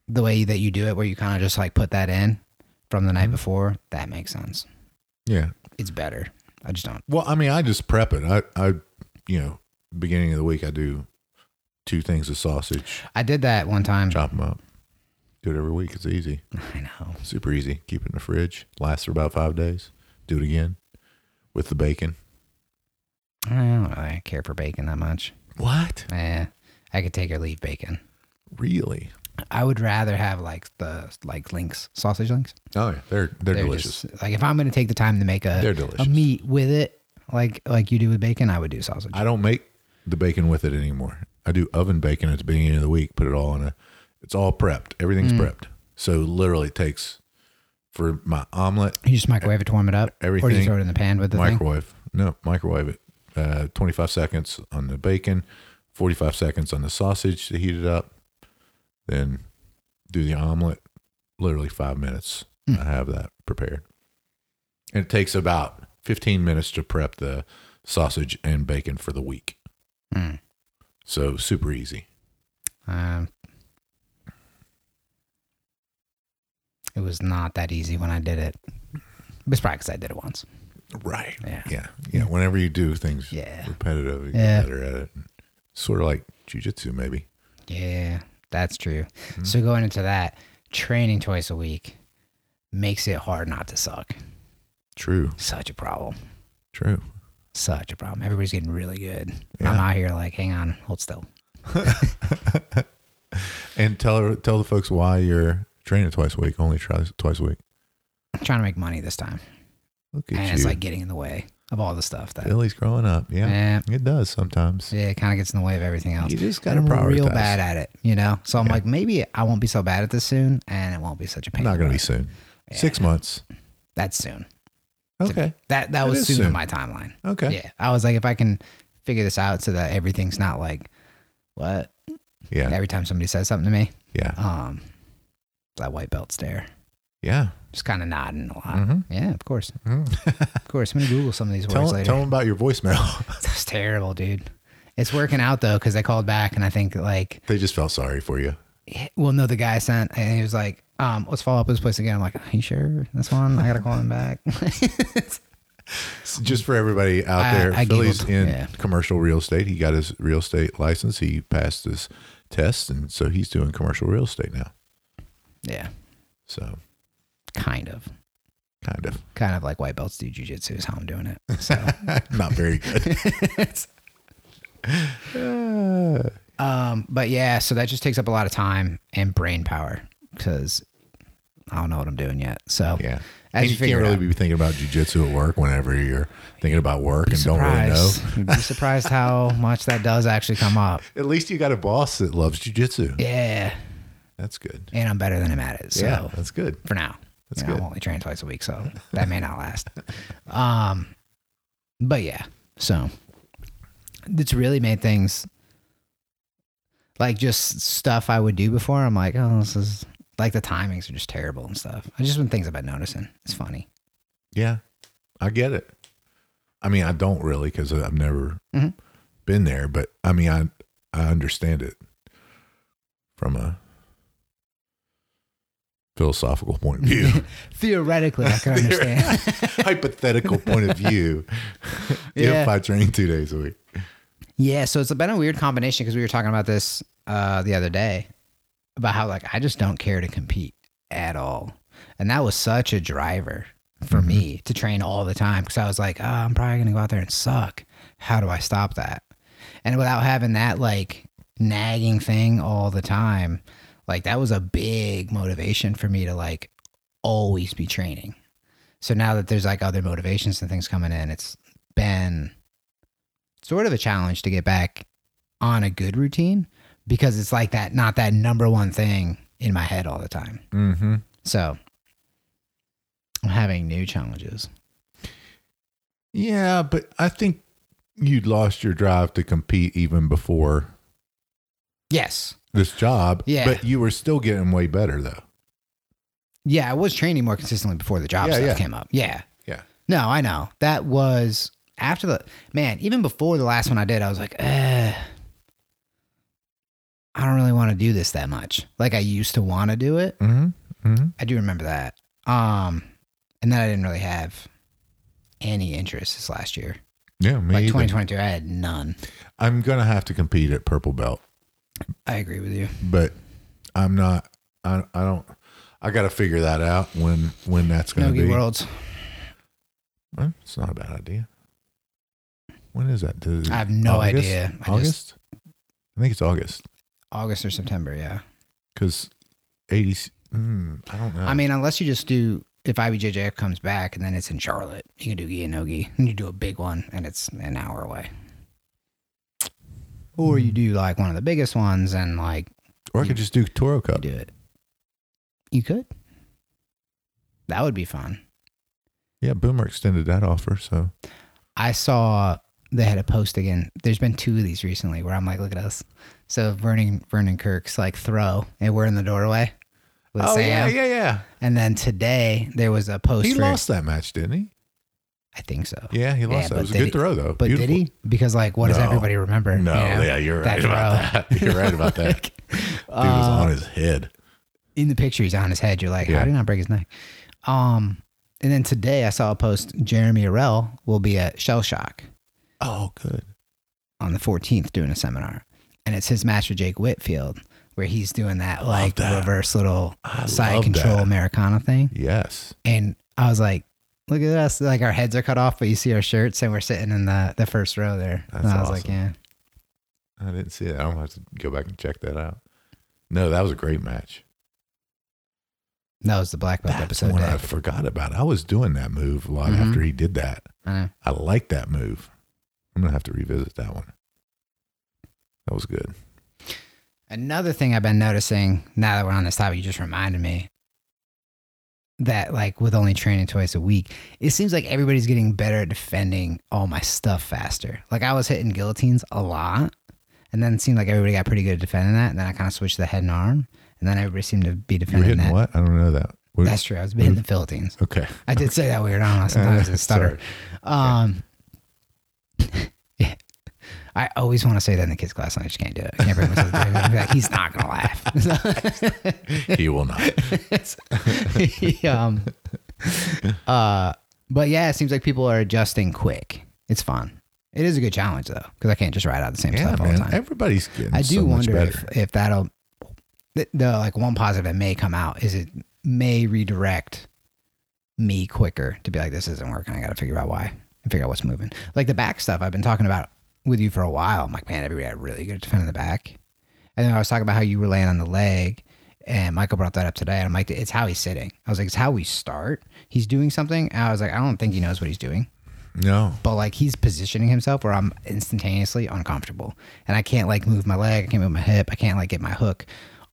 Speaker 3: the way that you do it, where you kind of just like put that in from the night
Speaker 2: Mm-hmm.
Speaker 3: before, that makes sense.
Speaker 2: Yeah.
Speaker 3: It's better. I just don't.
Speaker 2: Well, I mean, I just prep it. I, I, you know, beginning of the week, I do two things of sausage,
Speaker 3: I did that one time.
Speaker 2: chop them up, do it every week. It's easy,
Speaker 3: I know.
Speaker 2: super easy. Keep it in the fridge, lasts for about five days. Do it again with the bacon.
Speaker 3: I don't really care for bacon that much.
Speaker 2: What?
Speaker 3: Eh, I could take or leave bacon.
Speaker 2: Really?
Speaker 3: I would rather have like the like links, sausage links.
Speaker 2: Oh yeah, they're they're, delicious.
Speaker 3: just- like if I'm gonna take the time to make a
Speaker 2: They're delicious.
Speaker 3: a meat with it, like like you do with bacon, I would do sausage.
Speaker 2: I don't make the bacon with it anymore. I do oven bacon at the beginning of the week, put it all in a it's all prepped. Everything's prepped. So literally it takes for my omelet,
Speaker 3: you just microwave it to warm it up, or do
Speaker 2: Everything-
Speaker 3: you throw it in the pan with the thing?
Speaker 2: microwave. No, microwave it. Uh, 25 seconds on the bacon, 45 seconds on the sausage to heat it up. Then do the omelet, literally five minutes.
Speaker 3: Hmm.
Speaker 2: I have that prepared. And it takes about 15 minutes to prep the sausage and bacon for the week.
Speaker 3: Mm.
Speaker 2: So super easy.
Speaker 3: Um, it was not that easy when I did it. It's probably because I did it once.
Speaker 2: Right.
Speaker 3: Yeah.
Speaker 2: Yeah. Yeah. Whenever you do things
Speaker 3: Yeah.
Speaker 2: repetitive, you
Speaker 3: Yeah.
Speaker 2: get better at it. Sort of like jujitsu, maybe.
Speaker 3: Yeah, that's true.
Speaker 2: Mm-hmm.
Speaker 3: So going into that, training twice a week makes it hard not to suck.
Speaker 2: True.
Speaker 3: Such a problem.
Speaker 2: True.
Speaker 3: Such a problem. Everybody's getting really good.
Speaker 2: Yeah.
Speaker 3: I'm out here like, hang on, hold still.
Speaker 2: And tell her, tell the folks why you're training twice a week, only twice twice a week.
Speaker 3: I'm trying to make money this time.
Speaker 2: Look at
Speaker 3: and
Speaker 2: you.
Speaker 3: it's like getting in the way of all the stuff that
Speaker 2: Billy's growing up. Yeah.
Speaker 3: Yeah.
Speaker 2: It does sometimes.
Speaker 3: yeah, it kind of gets in the way of everything else.
Speaker 2: You just
Speaker 3: And
Speaker 2: gotta
Speaker 3: I'm real
Speaker 2: prioritize.
Speaker 3: bad at it, you know. So I'm like, maybe I won't be so bad at this soon, and it won't be such a pain.
Speaker 2: Not
Speaker 3: in
Speaker 2: going
Speaker 3: the
Speaker 2: to be
Speaker 3: butt.
Speaker 2: soon. Six months.
Speaker 3: That's soon.
Speaker 2: Okay.
Speaker 3: That that
Speaker 2: It
Speaker 3: was
Speaker 2: is
Speaker 3: soon, in
Speaker 2: soon.
Speaker 3: my timeline.
Speaker 2: Okay.
Speaker 3: Yeah, I was like, if I can figure this out so that everything's not like what
Speaker 2: Yeah. Yeah.
Speaker 3: every time somebody says something to me,
Speaker 2: Yeah.
Speaker 3: um, that white belt stare,
Speaker 2: yeah.
Speaker 3: just kind of nodding a lot.
Speaker 2: Mhm.
Speaker 3: Yeah, of course, of course. I'm gonna Google some of these
Speaker 2: Tell,
Speaker 3: words
Speaker 2: tell
Speaker 3: later.
Speaker 2: them about your voicemail.
Speaker 3: That's terrible, dude. It's working out though, because I called back and I think like,
Speaker 2: they just felt sorry for you.
Speaker 3: well, no, the guy sent and he was like, um, let's follow up with this place again. I'm like, are you sure this one? I gotta call him back.
Speaker 2: So just for everybody out
Speaker 3: I-
Speaker 2: there,
Speaker 3: I
Speaker 2: Billy's
Speaker 3: giggled.
Speaker 2: in
Speaker 3: Yeah.
Speaker 2: commercial real estate. He got his real estate license. He passed his test, and so he's doing commercial real estate now.
Speaker 3: yeah,
Speaker 2: So
Speaker 3: kind of,
Speaker 2: kind of
Speaker 3: kind of like white belts do jujitsu is how I'm doing it. So.
Speaker 2: not very good. Uh,
Speaker 3: Um, but yeah, so that just takes up a lot of time and brain power because I don't know what I'm doing yet. So
Speaker 2: yeah.
Speaker 3: as
Speaker 2: And
Speaker 3: you,
Speaker 2: you
Speaker 3: figure
Speaker 2: can't really
Speaker 3: it out,
Speaker 2: be thinking about jujitsu at work whenever you're thinking about work and don't really know.
Speaker 3: surprised. You'd be surprised how much that does actually come up.
Speaker 2: At least you got a boss that loves jujitsu.
Speaker 3: Yeah,
Speaker 2: That's good.
Speaker 3: and I'm better than I'm at it. So
Speaker 2: yeah, that's good.
Speaker 3: for now,
Speaker 2: That's
Speaker 3: you know,
Speaker 2: good.
Speaker 3: I'm only training twice a week, so that may not last. Um, but yeah, so it's really made things like just stuff I would do before. I'm like, oh, this is like the timings are just terrible and stuff. I just been things I've been noticing. It's funny.
Speaker 2: Yeah, I get it. I mean, I don't really because I've never
Speaker 3: Mhm.
Speaker 2: been there, but I mean, I I understand it from a philosophical point of view,
Speaker 3: Theoretically, I can understand.
Speaker 2: hypothetical point of view.
Speaker 3: Yeah.
Speaker 2: If I train two days a week,
Speaker 3: yeah, so it's been a weird combination because we were talking about this uh, the other day about how like I just don't care to compete at all, and that was such a driver for me to train all the time because I was like, oh, I'm probably gonna go out there and suck. How do I stop that? And without having that like nagging thing all the time, like that was a big motivation for me to like always be training. So now that there's like other motivations and things coming in, it's been sort of a challenge to get back on a good routine because it's like that, not that number one thing in my head all the time.
Speaker 2: mm-hmm.
Speaker 3: So I'm having new challenges.
Speaker 2: yeah, but I think you'd lost your drive to compete even before
Speaker 3: Yes.
Speaker 2: this job.
Speaker 3: Yeah.
Speaker 2: but you were still getting way better though.
Speaker 3: Yeah, I was training more consistently before the job
Speaker 2: Yeah,
Speaker 3: stuff
Speaker 2: yeah.
Speaker 3: came up. Yeah.
Speaker 2: Yeah.
Speaker 3: No, I know. That was after the man, even before the last one I did, I was like, eh, I don't really want to do this that much. Like I used to want to do it.
Speaker 2: Mm-hmm. Mm-hmm.
Speaker 3: I do remember that. Um, and then I didn't really have any interest this last year.
Speaker 2: Yeah, me
Speaker 3: like
Speaker 2: either.
Speaker 3: 2022, I had none.
Speaker 2: I'm gonna have to compete at purple belt,
Speaker 3: I agree with you.
Speaker 2: but I'm not. I I don't. I got to figure that out when when that's gonna
Speaker 3: Nogi
Speaker 2: be.
Speaker 3: Worlds.
Speaker 2: Well, it's not a bad idea. When is that? Does-
Speaker 3: I have no
Speaker 2: August?
Speaker 3: idea. I
Speaker 2: August.
Speaker 3: just
Speaker 2: I think it's August
Speaker 3: August or September. Yeah.
Speaker 2: because eighty. Mm, I don't know.
Speaker 3: I mean, unless you just do if IBJJF comes back and then it's in Charlotte, you can do gi and no gi, and you do a big one, and it's an hour away. Or you do like one of the biggest ones, and like
Speaker 2: or I could just do Toro
Speaker 3: you
Speaker 2: Cup.
Speaker 3: do it. You could. That would be fun.
Speaker 2: Yeah, Boomer extended that offer, so
Speaker 3: I saw they had a post again. There's been two of these recently where I'm like, look at us. So Vernon Vernon Kirk's like throw, and we're in the doorway. With
Speaker 2: oh yeah,
Speaker 3: Sam.
Speaker 2: yeah, yeah.
Speaker 3: And then today there was a post.
Speaker 2: He
Speaker 3: for-
Speaker 2: lost that match, didn't he?
Speaker 3: I think so.
Speaker 2: Yeah, he lost. that.
Speaker 3: but
Speaker 2: It was a
Speaker 3: did
Speaker 2: good
Speaker 3: he-
Speaker 2: throw though.
Speaker 3: But
Speaker 2: Beautiful.
Speaker 3: did he? Because like, what does
Speaker 2: No.
Speaker 3: everybody remember?
Speaker 2: No,
Speaker 3: you know?
Speaker 2: yeah, you're
Speaker 3: That
Speaker 2: right about
Speaker 3: throw.
Speaker 2: that. You're right about that.
Speaker 3: Like, uh,
Speaker 2: Dude was
Speaker 3: Oh.
Speaker 2: on his head.
Speaker 3: in the picture he's on his head. You're like,
Speaker 2: Yeah.
Speaker 3: how did he not break his neck? Um, and then today I saw a post. Jeremy Arell will be at Shell Shock
Speaker 2: Oh, good.
Speaker 3: on the 14th doing a seminar, and it's his match with Jake Whitfield where he's doing that like
Speaker 2: that.
Speaker 3: reverse little
Speaker 2: I
Speaker 3: side
Speaker 2: love
Speaker 3: control
Speaker 2: that.
Speaker 3: Americana thing.
Speaker 2: Yes.
Speaker 3: And I was like, look at us! Like our heads are cut off, but you see our shirts, and we're sitting in the the first row there.
Speaker 2: That's
Speaker 3: and I was like,
Speaker 2: awesome.
Speaker 3: yeah,
Speaker 2: I didn't see that. I'm gonna have to go back and check that out. No, that was a great match.
Speaker 3: that was the black belt
Speaker 2: That's
Speaker 3: episode.
Speaker 2: one
Speaker 3: day.
Speaker 2: I forgot about. I was doing that move a lot
Speaker 3: Mhm.
Speaker 2: after he did that.
Speaker 3: I know.
Speaker 2: I like that move. I'm gonna have to revisit that one. That was good.
Speaker 3: Another thing I've been noticing now that we're on this topic, you just reminded me that, like, with only training twice a week, it seems like everybody's getting better at defending all my stuff faster. Like, I was hitting guillotines a lot, and then it seemed like everybody got pretty good at defending that. And then I kind of switched to the head and arm, and then everybody seemed to be
Speaker 2: You're
Speaker 3: defending
Speaker 2: hitting
Speaker 3: that.
Speaker 2: what? I don't know that. What-
Speaker 3: That's true. I was hitting the Philippines.
Speaker 2: okay.
Speaker 3: I did say that weird. I don't know.
Speaker 2: Uh,
Speaker 3: Sometimes it's stutter. Um, yeah. I always want to say that in the kids' class, and I just can't do it. I can't bring myself to do it. I'd be like, he's not gonna laugh.
Speaker 2: he will not.
Speaker 3: He, um, uh, but yeah, it seems like people are adjusting quick. It's fun. It is a good challenge though, because I can't just ride out the same
Speaker 2: yeah,
Speaker 3: stuff all the
Speaker 2: man.
Speaker 3: time.
Speaker 2: Everybody's getting.
Speaker 3: I do
Speaker 2: so much
Speaker 3: wonder
Speaker 2: better.
Speaker 3: if, if that'll the, the like one positive that may come out is it may redirect me quicker to be like this isn't working. I got to figure out why and figure out what's moving. Like the back stuff I've been talking about with you for a while. I'm like, man, everybody had really good at defending the back. And then I was talking about how you were laying on the leg, and Michael brought that up today. And I'm like, it's how he's sitting. I was like, it's how we start. He's doing something. And I was like, I don't think he knows what he's doing
Speaker 2: No.
Speaker 3: but like he's positioning himself where I'm instantaneously uncomfortable and I can't like move my leg, I can't move my hip, I can't like get my hook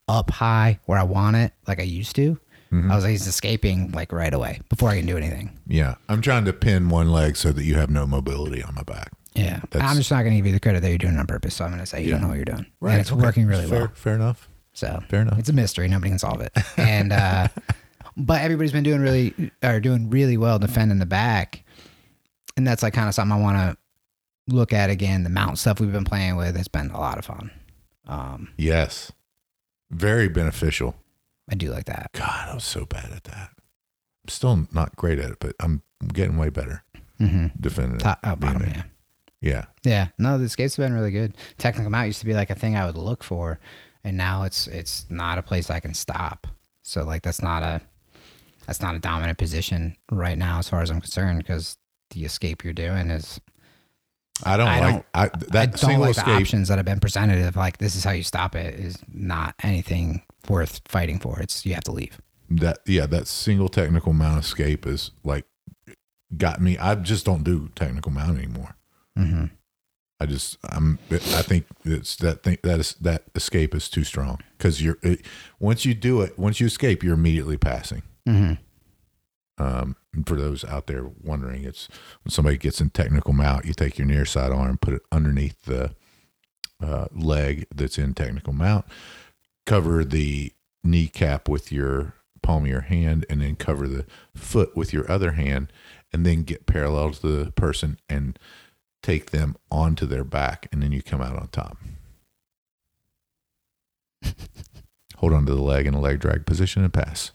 Speaker 3: up high where I want it like I used to.
Speaker 2: Mm-hmm.
Speaker 3: I was like, he's escaping like right away before I can do anything.
Speaker 2: Yeah, I'm trying to pin one leg so that you have no mobility on my back.
Speaker 3: Yeah.
Speaker 2: That's-
Speaker 3: I'm just not going to give you the credit that you're doing it on purpose. So I'm going to say you don't know what you're doing. And it's
Speaker 2: okay.
Speaker 3: working really
Speaker 2: fair,
Speaker 3: well.
Speaker 2: Fair enough.
Speaker 3: So
Speaker 2: Fair enough.
Speaker 3: It's a mystery. Nobody can solve it. And uh, but everybody's been doing really or doing really well defending the back, and that's like kind of something I want to look at again. The mount stuff we've been playing with has been a lot of fun. Um,
Speaker 2: Yes. Very beneficial.
Speaker 3: I do like that.
Speaker 2: God, I was so bad at that. I'm still not great at it, but I'm getting way better
Speaker 3: Mm-hmm.
Speaker 2: defending
Speaker 3: Top,
Speaker 2: it.
Speaker 3: oh, bottom,
Speaker 2: being
Speaker 3: yeah.
Speaker 2: there. Yeah.
Speaker 3: Yeah. No, the skates have been really good. Technical mount used to be like a thing I would look for, and now it's it's not a place I can stop. So like that's not a that's not a dominant position right now as far as I'm concerned because the escape you're doing is
Speaker 2: I don't
Speaker 3: I
Speaker 2: like
Speaker 3: don't-
Speaker 2: I,
Speaker 3: I
Speaker 2: that
Speaker 3: don't
Speaker 2: single
Speaker 3: like the
Speaker 2: escape.
Speaker 3: options that have been presented of like this is how you stop it is not anything worth fighting for. It's you have to leave.
Speaker 2: That yeah, that single technical mount escape is like got me. I just don't do technical mount anymore.
Speaker 3: hmm
Speaker 2: I just I'm I think it's that thing that is that escape is too strong because you're it, once you do it once you escape you're immediately passing.
Speaker 3: hmm
Speaker 2: Um, and for those out there wondering, it's when somebody gets in technical mount, you take your near side arm, put it underneath the uh, leg that's in technical mount, cover the kneecap with your palm of your hand, and then cover the foot with your other hand, and then get parallel to the person and take them onto their back, and then you come out on top. Hold on to the leg in a leg drag position and pass.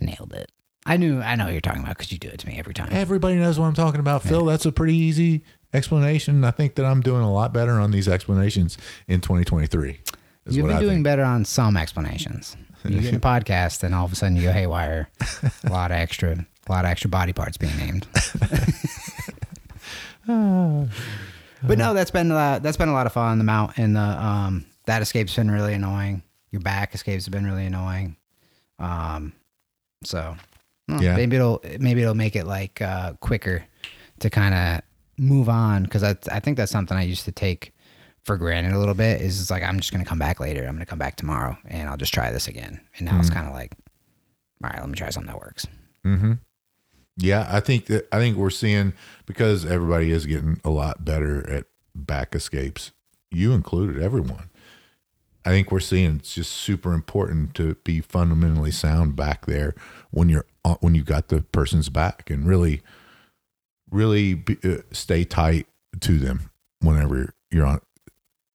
Speaker 3: Nailed it. I knew I know what you're talking about because you do it to me every time.
Speaker 2: Everybody knows what I'm talking about, Phil. That's a pretty easy explanation. I think that I'm doing a lot better on these explanations in 2023. Is
Speaker 3: You've
Speaker 2: what
Speaker 3: been
Speaker 2: I
Speaker 3: doing
Speaker 2: think.
Speaker 3: better on some explanations. You get in a podcast, and all of a sudden you go haywire. a lot of extra, a lot of extra body parts being named. but no, that's been uh, that's been a lot of fun. The mount and the um, that escape's been really annoying. Your back escapes have been really annoying. Um, so hmm,
Speaker 2: Yeah.
Speaker 3: maybe it'll maybe it'll make it like uh, quicker to kind of move on because I I think that's something I used to take for granted a little bit is it's like I'm just gonna come back later. I'm gonna come back tomorrow and
Speaker 2: Mm-hmm.
Speaker 3: I'll just try this again. And now it's kind of like, all right, let me try something that works.
Speaker 2: Mm-hmm. Yeah, I think that I think we're seeing because everybody is getting a lot better at back escapes, you included, everyone. I think we're seeing it's just super important to be fundamentally sound back there when you're uh, when you got the person's back and really, really be, uh, stay tight to them whenever you're on.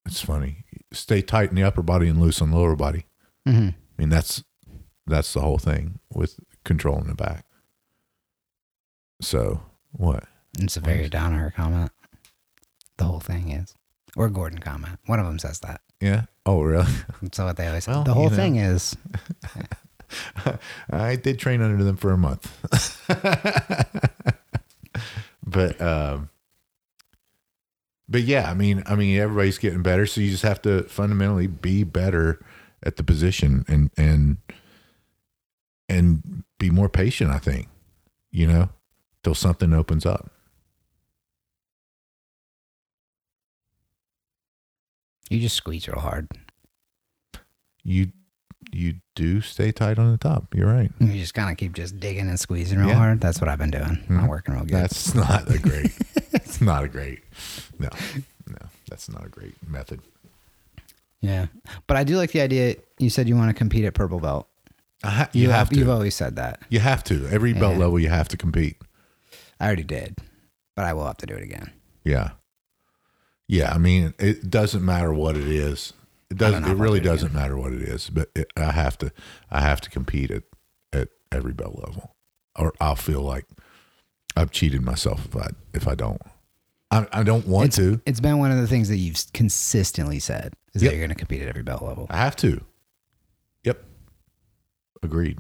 Speaker 2: It's funny, stay tight in the upper body and loose on the lower body.
Speaker 3: Mm-hmm.
Speaker 2: I mean that's that's the whole thing with controlling the back. So what?
Speaker 3: It's a
Speaker 2: What
Speaker 3: very
Speaker 2: is-
Speaker 3: downer comment. The whole thing is, or Gordon comment. One of them says that.
Speaker 2: Yeah. Oh really?
Speaker 3: That's what they always say.
Speaker 2: Well,
Speaker 3: the whole
Speaker 2: you know.
Speaker 3: thing is.
Speaker 2: I did train under them for a month. but um but yeah, I mean I mean everybody's getting better, so you just have to fundamentally be better at the position and and and be more patient, I think. You know, till something opens up.
Speaker 3: You just squeeze real hard.
Speaker 2: You you do stay tight on the top. You're right.
Speaker 3: You just kind of keep just digging and squeezing real
Speaker 2: Yeah.
Speaker 3: hard. That's what I've been doing.
Speaker 2: Mhm.
Speaker 3: Not working real good.
Speaker 2: That's not a great. it's not a great. No, no, that's not a great method.
Speaker 3: yeah, but I do like the idea. You said you want to compete at purple belt.
Speaker 2: Uh, you, have
Speaker 3: You've
Speaker 2: to.
Speaker 3: always said that.
Speaker 2: You have to. Every belt
Speaker 3: Yeah.
Speaker 2: level, you have to compete.
Speaker 3: I already did, but I will have to do it again.
Speaker 2: Yeah, yeah. I mean, it doesn't matter what it is. It
Speaker 3: don't
Speaker 2: doesn't.
Speaker 3: know
Speaker 2: It
Speaker 3: if I'll
Speaker 2: really
Speaker 3: do it
Speaker 2: doesn't matter what it is. But it, I have to. I have to compete at at every belt level, or I'll feel like I've cheated myself if I if I don't. I, I don't want
Speaker 3: It's-
Speaker 2: to.
Speaker 3: It's been one of the things that you've consistently said is
Speaker 2: Yep.
Speaker 3: that you're going to compete at every belt level.
Speaker 2: I have to. Yep. Agreed.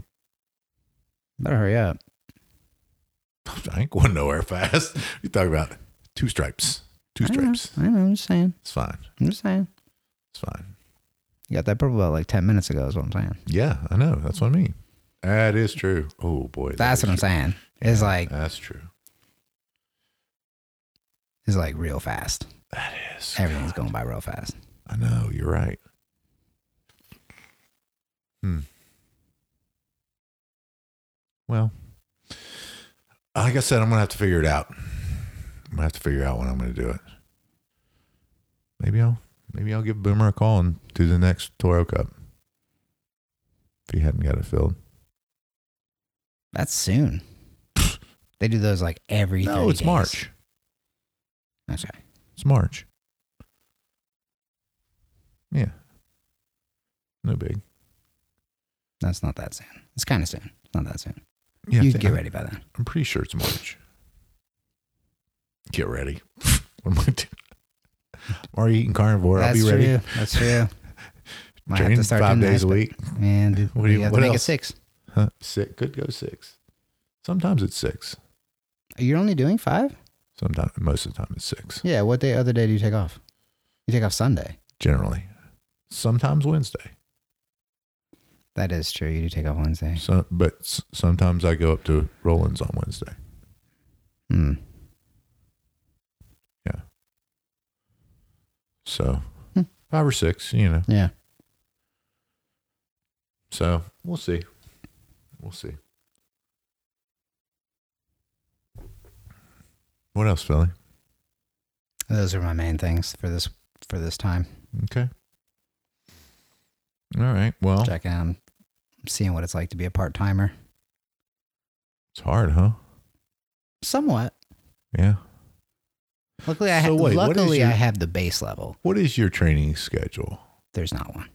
Speaker 3: Better hurry up.
Speaker 2: I ain't going nowhere fast. You talk about two stripes, two
Speaker 3: I know,
Speaker 2: stripes.
Speaker 3: I know. I'm just saying.
Speaker 2: It's fine.
Speaker 3: I'm just saying.
Speaker 2: It's fine.
Speaker 3: You got that purple belt like ten minutes ago. Is what I'm saying.
Speaker 2: Yeah, I know. That's what I mean. That is true. Oh boy, that
Speaker 3: That's
Speaker 2: is
Speaker 3: what I'm
Speaker 2: true.
Speaker 3: saying. It's like
Speaker 2: That's true.
Speaker 3: it's like real fast.
Speaker 2: That is.
Speaker 3: Everything's going by real fast.
Speaker 2: I know. You're right. Hmm. Well, like I said, I'm gonna have to figure it out. I'm gonna have to figure out when I'm gonna do it. Maybe I'll maybe I'll give Boomer a call and do the next Toro Cup if he hadn't got it filled.
Speaker 3: That's soon. they do those like every.
Speaker 2: No,
Speaker 3: 30
Speaker 2: it's
Speaker 3: days.
Speaker 2: March.
Speaker 3: That's right.
Speaker 2: It's March. Yeah. No big.
Speaker 3: That's not that soon. It's kind of soon. It's not that soon.
Speaker 2: Yeah,
Speaker 3: you
Speaker 2: I thi-
Speaker 3: get ready by then.
Speaker 2: I'm pretty sure it's March. Get ready. what am I doing? I'm already eating carnivore.
Speaker 3: That's
Speaker 2: I'll be ready.
Speaker 3: true. That's true. Might
Speaker 2: Train
Speaker 3: have to start
Speaker 2: five
Speaker 3: doing
Speaker 2: days
Speaker 3: that,
Speaker 2: a week.
Speaker 3: And
Speaker 2: What
Speaker 3: what
Speaker 2: do
Speaker 3: do
Speaker 2: you-
Speaker 3: you have to
Speaker 2: what
Speaker 3: make it
Speaker 2: else?
Speaker 3: six?
Speaker 2: Huh? Six could go six. Sometimes it's six.
Speaker 3: You're only doing five?
Speaker 2: Sometimes most of the time it's six.
Speaker 3: Yeah. What day? Other day do you take off? You take off Sunday.
Speaker 2: Generally. Sometimes Wednesday.
Speaker 3: That is true. You do take off Wednesday.
Speaker 2: So, but s- sometimes I go up to Roland's on Wednesday.
Speaker 3: Hmm.
Speaker 2: So
Speaker 3: Hmm.
Speaker 2: five or six, you know.
Speaker 3: Yeah.
Speaker 2: So we'll see. We'll see. What else, Philly?
Speaker 3: Those are my main things for this for this time.
Speaker 2: Okay. All right. Well,
Speaker 3: Checking out, and seeing what it's like to be a part timer.
Speaker 2: it's hard, huh?
Speaker 3: Somewhat.
Speaker 2: Yeah.
Speaker 3: Luckily, I ha-
Speaker 2: So wait, what is
Speaker 3: luckily
Speaker 2: your-
Speaker 3: I have the base level.
Speaker 2: What is your training schedule?
Speaker 3: There's not one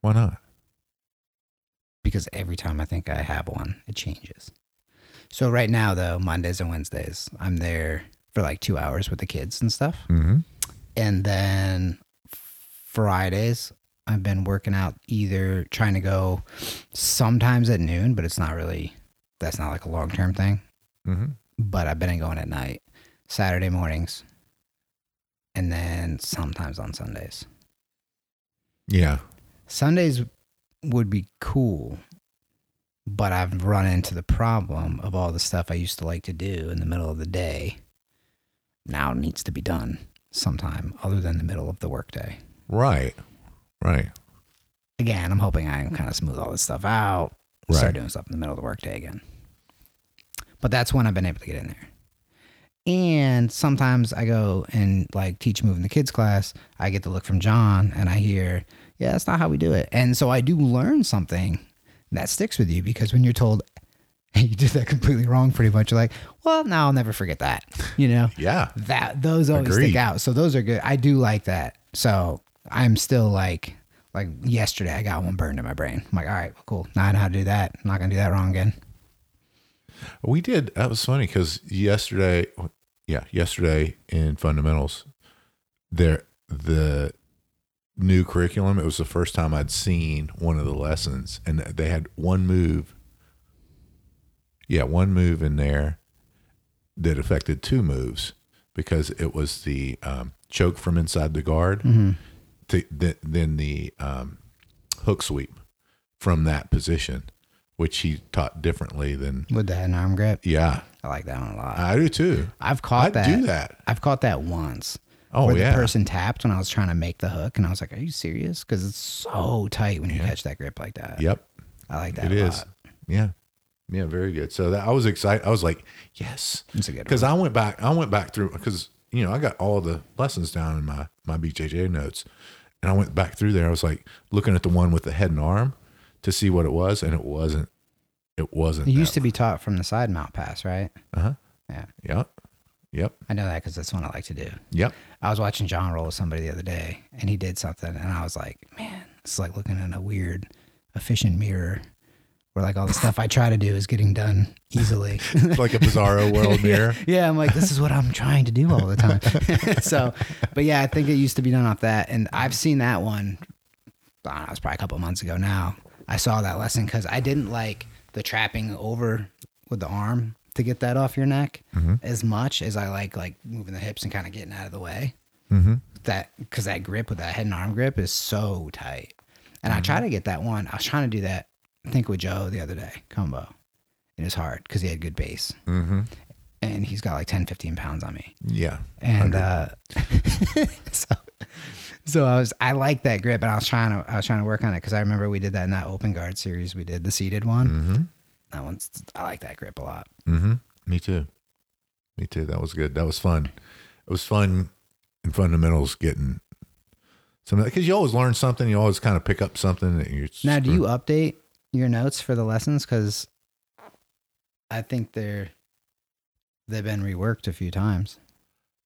Speaker 2: Why not?
Speaker 3: because every time I think I have one, it changes. So right now, though, Mondays and Wednesdays, I'm there for like two hours with the kids and stuff.
Speaker 2: Mm-hmm.
Speaker 3: and then Fridays I've been working out either trying to go sometimes at noon, but it's not really that's not like a long term thing.
Speaker 2: Mm-hmm.
Speaker 3: But I've been going at night, Saturday mornings, and then sometimes on Sundays.
Speaker 2: Yeah.
Speaker 3: Sundays would be cool, but I've run into the problem of all the stuff I used to like to do in the middle of the day now needs to be done sometime other than the middle of the workday.
Speaker 2: Right. Right.
Speaker 3: again, I'm hoping I can kind of smooth all this stuff out, start
Speaker 2: Right.
Speaker 3: doing stuff in the middle of the workday again. But that's when I've been able to get in there. And sometimes I go and like teach moving the kids class. I get the look from John and I hear, yeah, that's not how we do it. And so I do learn something that sticks with you because when you're told, hey, you did that completely wrong, pretty much, you're like, well, no, I'll never forget that. You know?
Speaker 2: Yeah.
Speaker 3: That those always
Speaker 2: Agreed.
Speaker 3: stick out. So those are good. I do like that. So I'm still like, like yesterday, I got one burned in my brain. I'm like, all right, cool. Now I know how to do that. I'm not gonna do that wrong again.
Speaker 2: We did. That was funny because yesterday, yeah, yesterday in fundamentals, there the new curriculum. It was the first time I'd seen one of the lessons, and they had one move. Yeah, one move in there that affected two moves because it was the um, choke from inside the guard, to, th- then the um, hook sweep from that position, which he taught differently than.
Speaker 3: With that and arm grip.
Speaker 2: Yeah,
Speaker 3: I like that one a lot.
Speaker 2: I do too.
Speaker 3: I've
Speaker 2: I
Speaker 3: caught that.
Speaker 2: do that.
Speaker 3: I've caught that once.
Speaker 2: Oh,
Speaker 3: where
Speaker 2: yeah.
Speaker 3: the person tapped when I was trying to make the hook, and I was like, "Are you serious?" Because it's so tight when you catch that grip like that.
Speaker 2: Yep,
Speaker 3: I like that.
Speaker 2: it
Speaker 3: a
Speaker 2: is.
Speaker 3: lot.
Speaker 2: Yeah, yeah, very good. So that I was excited. I was like, yes,
Speaker 3: It's a good
Speaker 2: because I went back. I went back through because you know I got all the lessons down in my my BJJ notes, and I went back through there. I was like looking at the one with the head and arm to see what it was, and it wasn't. It wasn't.
Speaker 3: It used to be taught from the side mount pass, right?
Speaker 2: Uh huh.
Speaker 3: Yeah.
Speaker 2: Yep. Yep.
Speaker 3: I know that because that's one I like to do.
Speaker 2: Yep.
Speaker 3: I was watching John roll with somebody the other day, and he did something, and I was like, "Man, it's like looking in a weird, efficient mirror." Where like all the stuff I try to do is getting done easily.
Speaker 2: It's like a bizarro world mirror.
Speaker 3: Yeah, I'm like, this is what I'm trying to do all the time. so, but yeah, I think it used to be done off that. And I've seen that one, I don't know, it was probably a couple months ago now. I saw that lesson because I didn't like the trapping over with the arm to get that off your neck as much as I like like moving the hips and kind of getting out of the way. Mm-hmm. That because that grip with that head and arm grip is so tight. And I try to get that one. I was trying to do that. I think with Joe the other day combo. It was hard because he had good base and he's got like 10 15 pounds on me
Speaker 2: Yeah.
Speaker 3: and uh so so i was i like that grip and i was trying to i was trying to work on it because i remember we did that in that open guard series we did the seated one that one's i like that grip a lot
Speaker 2: Mm-hmm. Me too. Me too. That was good. That was fun. It was fun in fundamentals getting some because you always learn something. You always kind of pick up something that you.
Speaker 3: now do you update your notes for the lessons because i think they're they've been reworked a few times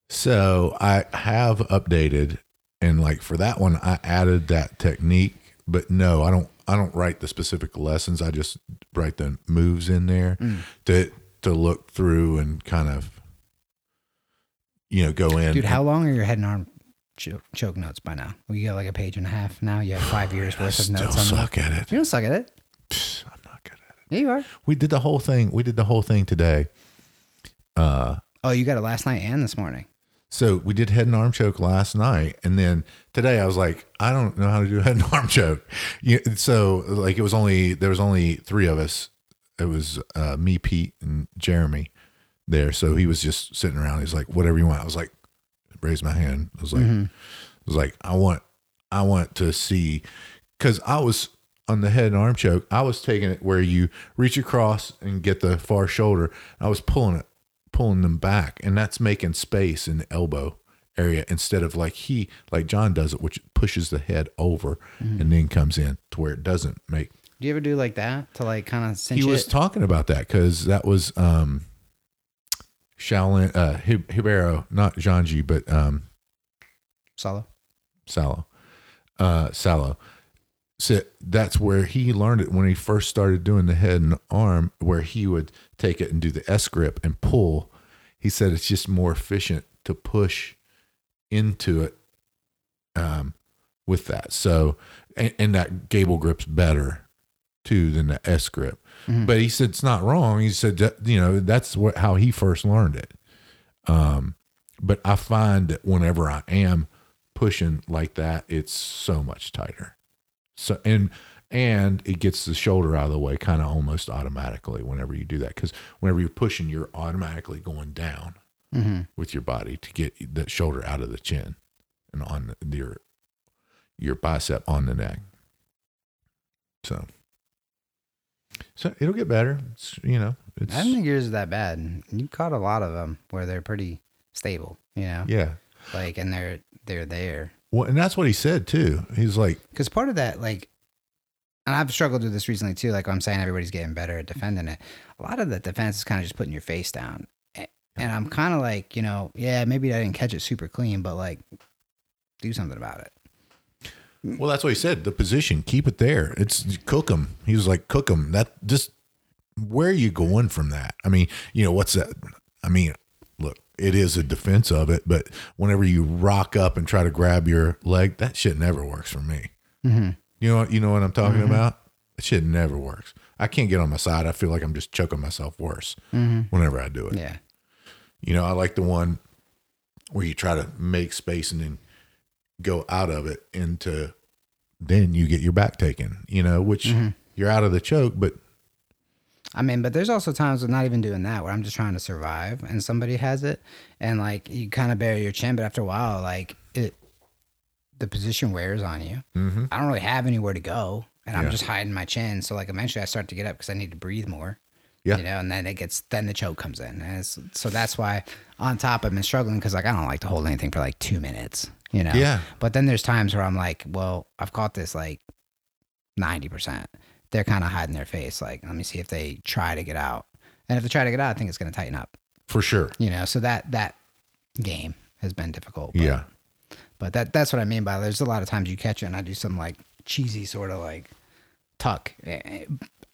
Speaker 2: So I have updated, and like for that one, I added that technique. But no, I don't. I don't write the specific lessons. I just write the moves in there
Speaker 3: Mm.
Speaker 2: to to look through and kind of, you know, go in.
Speaker 3: dude how long are your head and arm choke, choke notes by now we got like a page and a half now you have five years
Speaker 2: I
Speaker 3: worth of
Speaker 2: still
Speaker 3: notes on them.
Speaker 2: suck at it.
Speaker 3: you don't suck at it
Speaker 2: Psh, I'm not good at it.
Speaker 3: yeah you are
Speaker 2: We did the whole thing. We did the whole thing today. Uh,
Speaker 3: Oh, you got it last night and this morning.
Speaker 2: so we did head and arm choke last night, and then today I was like, I don't know how to do head and arm choke. You, so like it was only there was only three of us. It was uh, me, Pete, and Jeremy there. So he was just sitting around. He's like, whatever you want. I was like, raise my hand. I was like, I was like, I want, I want to see, because I was on the head and arm choke. I was taking it where you reach across and get the far shoulder. I was pulling it, pulling them back, and that's making space in the elbow area instead of like he, like John does it, which pushes the head over and then comes in to where it doesn't make
Speaker 3: Do you ever do like that to like kind of cinch
Speaker 2: he was
Speaker 3: it?
Speaker 2: talking about that because that was um Shaolin uh Hib- Hibero, not Janji, but um
Speaker 3: Solo.
Speaker 2: Sallow. Uh Sallow. So that's where he learned it when he first started doing the head and arm, where he would take it and do the S grip and pull. He said it's just more efficient to push into it um with that. So and, and that gable grip's better too than the S grip. But he said it's not wrong. He said that, you know that's what how he first learned it. Um, but I find that whenever I am pushing like that, it's so much tighter. So and and it gets the shoulder out of the way kind of almost automatically whenever you do that because whenever you're pushing, you're automatically going down with your body to get the shoulder out of the chin and on the, your your bicep on the neck. So so it'll get better. It's, you know, It's,
Speaker 3: I don't think yours is that bad. You caught a lot of them where they're pretty stable, you know,
Speaker 2: yeah.
Speaker 3: like and they're they're there.
Speaker 2: Well, and that's what he said too. He's like,
Speaker 3: Because part of that, like, and I've struggled with this recently too. Like I'm saying, everybody's getting better at defending it. A lot of the defense is kind of just putting your face down, A- and I'm kind of like, you know, yeah, maybe I didn't catch it super clean, but like, do something about it.
Speaker 2: well, that's what he said. The position, keep it there. It's cook them. He was like, cook them. That just where are you going from that? I mean, you know, what's that? I mean, look, it is a defense of it, but whenever you rock up and try to grab your leg, that shit never works for me.
Speaker 3: Mm-hmm.
Speaker 2: You know, what, you know what I'm talking about? That shit never works. I can't get on my side. I feel like I'm just choking myself worse whenever I do it.
Speaker 3: Yeah,
Speaker 2: You know, I like the one where you try to make space and then go out of it into then you get your back taken, you know, which you're out of the choke, but
Speaker 3: I mean, but there's also times with not even doing that where I'm just trying to survive, and somebody has it, and like you kind of bury your chin, but after a while, like it, the position wears on you.
Speaker 2: mm-hmm.
Speaker 3: I don't really have anywhere to go, and
Speaker 2: Yeah.
Speaker 3: I'm just hiding my chin. So like eventually, I start to get up because I need to breathe more.
Speaker 2: Yeah.
Speaker 3: you know, and then it gets then the choke comes in, and it's, so that's why on top I've been struggling because like I don't like to hold anything for like two minutes, you know.
Speaker 2: Yeah.
Speaker 3: But then there's times where I'm like, well, I've caught this like ninety percent. They're kind of hiding their face. Like, let me see if they try to get out, and if they try to get out, I think it's going to tighten up.
Speaker 2: for sure.
Speaker 3: You know, so that that game has been difficult. but-
Speaker 2: Yeah.
Speaker 3: but that that's what I mean by there's a lot of times you catch it and I do some like cheesy sort of like tuck. Eh,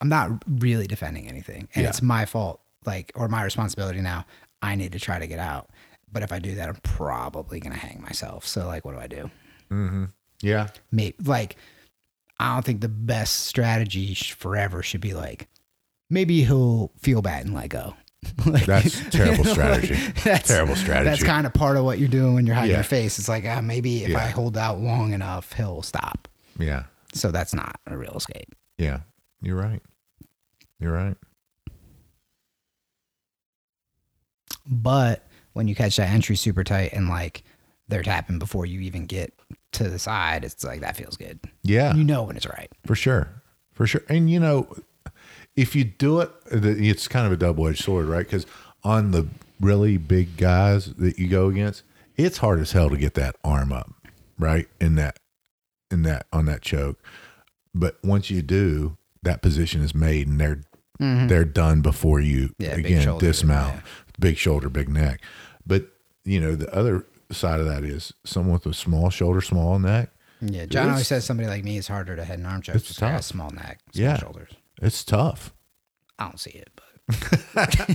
Speaker 3: I'm not really defending anything. And
Speaker 2: Yeah.
Speaker 3: it's my fault, like or my responsibility now. I need to try to get out. But if I do that, I'm probably gonna hang myself. So like what do I do?
Speaker 2: Mm-hmm. Yeah.
Speaker 3: Maybe like I don't think the best strategy sh- forever should be like maybe he'll feel bad and let go. Like-
Speaker 2: That's terrible strategy.
Speaker 3: that's,
Speaker 2: Terrible strategy.
Speaker 3: That's kind of part of what you're doing when you're hiding
Speaker 2: Yeah.
Speaker 3: your face. It's like ah, maybe if
Speaker 2: Yeah.
Speaker 3: I hold out long enough, he'll stop.
Speaker 2: Yeah.
Speaker 3: So that's not a real escape.
Speaker 2: Yeah. You're right. You're right.
Speaker 3: But when you catch that entry super tight and like they're tapping before you even get to the side, it's like that feels good.
Speaker 2: Yeah.
Speaker 3: You know when it's right.
Speaker 2: For sure. For sure. And you know, if you do it, the- it's kind of a double edged sword, right? Because on the really big guys that you go against, it's hard as hell to get that arm up, right? In that, in that, on that choke. But once you do, that position is made and they're, they're done before you,
Speaker 3: Mm-hmm. Yeah, big
Speaker 2: again,
Speaker 3: shoulder,
Speaker 2: dismount,
Speaker 3: yeah.
Speaker 2: big shoulder, big neck. But, you know, the other side of that is someone with a small shoulder, small neck.
Speaker 3: Yeah. John
Speaker 2: it's-
Speaker 3: always says somebody like me is harder to head an arm choke
Speaker 2: It's
Speaker 3: just 'cause I got a
Speaker 2: tough.
Speaker 3: small neck, small
Speaker 2: Yeah.
Speaker 3: shoulders.
Speaker 2: It's tough.
Speaker 3: I don't see it, but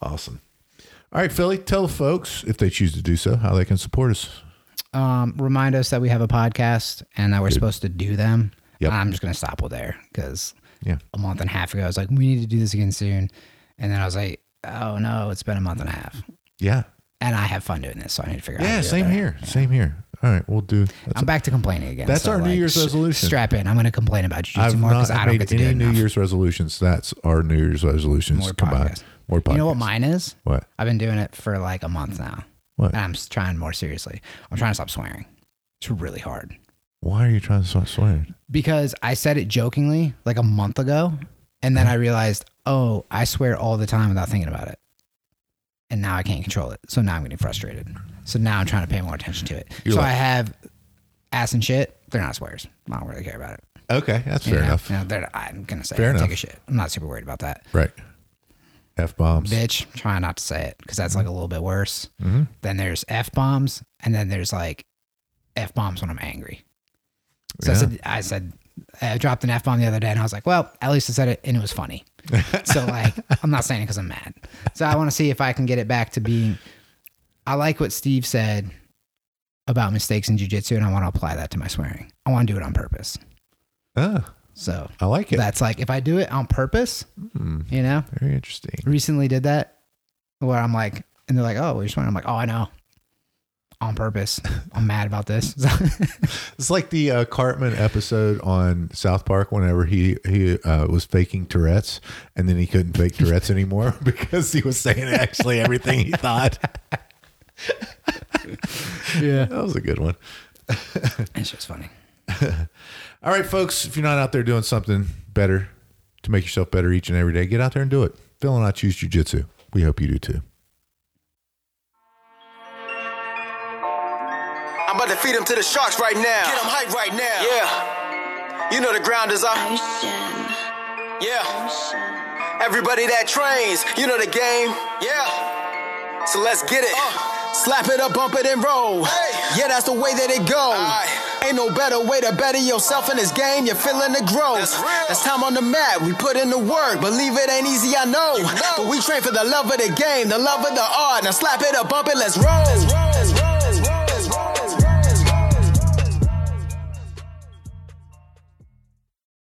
Speaker 2: Awesome. All right, Philly, tell folks, if they choose to do so, how they can support us.
Speaker 3: um, remind us that we have a podcast and that we're supposed to do them.
Speaker 2: Yep.
Speaker 3: I'm just going to stop with there because
Speaker 2: Yeah.
Speaker 3: a month and a half ago, I was like, we need to do this again soon. And then I was like, oh no, it's been a month and a half.
Speaker 2: Yeah.
Speaker 3: And I have fun doing this, so I need to figure out. how
Speaker 2: Yeah.
Speaker 3: to do it
Speaker 2: Same
Speaker 3: better.
Speaker 2: here. Same here. All right. We'll do.
Speaker 3: I'm back to complaining again.
Speaker 2: That's our New Year's
Speaker 3: s-
Speaker 2: resolution.
Speaker 3: Strap in. I'm going to complain about jujitsu
Speaker 2: I've
Speaker 3: more
Speaker 2: not
Speaker 3: because I don't
Speaker 2: made
Speaker 3: get to do it
Speaker 2: any New
Speaker 3: enough.
Speaker 2: Year's resolutions. That's our New Year's resolutions
Speaker 3: More
Speaker 2: combined.
Speaker 3: podcasts.
Speaker 2: More podcasts.
Speaker 3: You know what mine is?
Speaker 2: What?
Speaker 3: I've been doing it for like a month now.
Speaker 2: What?
Speaker 3: And I'm s- trying more seriously. I'm trying to stop swearing. It's really hard.
Speaker 2: Why are you trying to start swearing?
Speaker 3: because I said it jokingly like a month ago, and
Speaker 2: Uh-huh.
Speaker 3: then I realized, oh, I swear all the time without thinking about it, and now I can't control it. So now I'm getting frustrated. So now I'm trying to pay more attention to it.
Speaker 2: You're
Speaker 3: so
Speaker 2: like-
Speaker 3: I have ass and shit. They're not swears. I don't really care about it.
Speaker 2: Okay. That's fair
Speaker 3: You know?
Speaker 2: enough.
Speaker 3: You know, they're, I'm gonna say
Speaker 2: Fair
Speaker 3: it.
Speaker 2: enough.
Speaker 3: take a shit. I'm not super worried about that.
Speaker 2: Right. F bombs.
Speaker 3: Bitch, try not to say it because that's like a little bit worse.
Speaker 2: Mm-hmm.
Speaker 3: Then there's f bombs, and then there's like f bombs when I'm angry. So I
Speaker 2: Yeah.
Speaker 3: said, I said, I dropped an f bomb the other day, and I was like, well, at least I said it, and it was funny. so like, I'm not saying it because I'm mad. So I want to see if I can get it back to being. I like what Steve said about mistakes in jujitsu, and I want to apply that to my swearing. I want to do it on purpose.
Speaker 2: Ah,
Speaker 3: So
Speaker 2: I like it.
Speaker 3: that's like if I do it on purpose,
Speaker 2: Hmm,
Speaker 3: you know,
Speaker 2: very interesting.
Speaker 3: recently did that where I'm like, and they're like, oh, we're swearing. I'm like, oh, I know. On purpose. I'm mad about this.
Speaker 2: It's like the uh, Cartman episode on South Park whenever he he uh, was faking Tourette's and then he couldn't fake Tourette's anymore because he was saying actually everything he thought.
Speaker 3: yeah.
Speaker 2: That was a good one.
Speaker 3: It's just funny.
Speaker 2: All right, folks, if you're not out there doing something better to make yourself better each and every day, get out there and do it. Phil and I choose jujitsu. We hope you do too.
Speaker 1: I'm about to feed them to the sharks right now. Get them hype right now. Yeah. You know the ground is our ocean. Yeah. Everybody that trains, you know the game. Yeah. So let's get it. Uh. Slap it up, bump it and roll. Hey. Yeah, that's the way that it goes. Aye. Ain't no better way to better yourself in this game. You're feeling the growth.
Speaker 4: That's real.
Speaker 1: That's time on the mat. We put in the work. Believe it ain't easy, I know.
Speaker 4: You know.
Speaker 1: But we train for the love of the game, the love of the art. Now slap it up, bump it, Let's roll.
Speaker 4: Let's roll.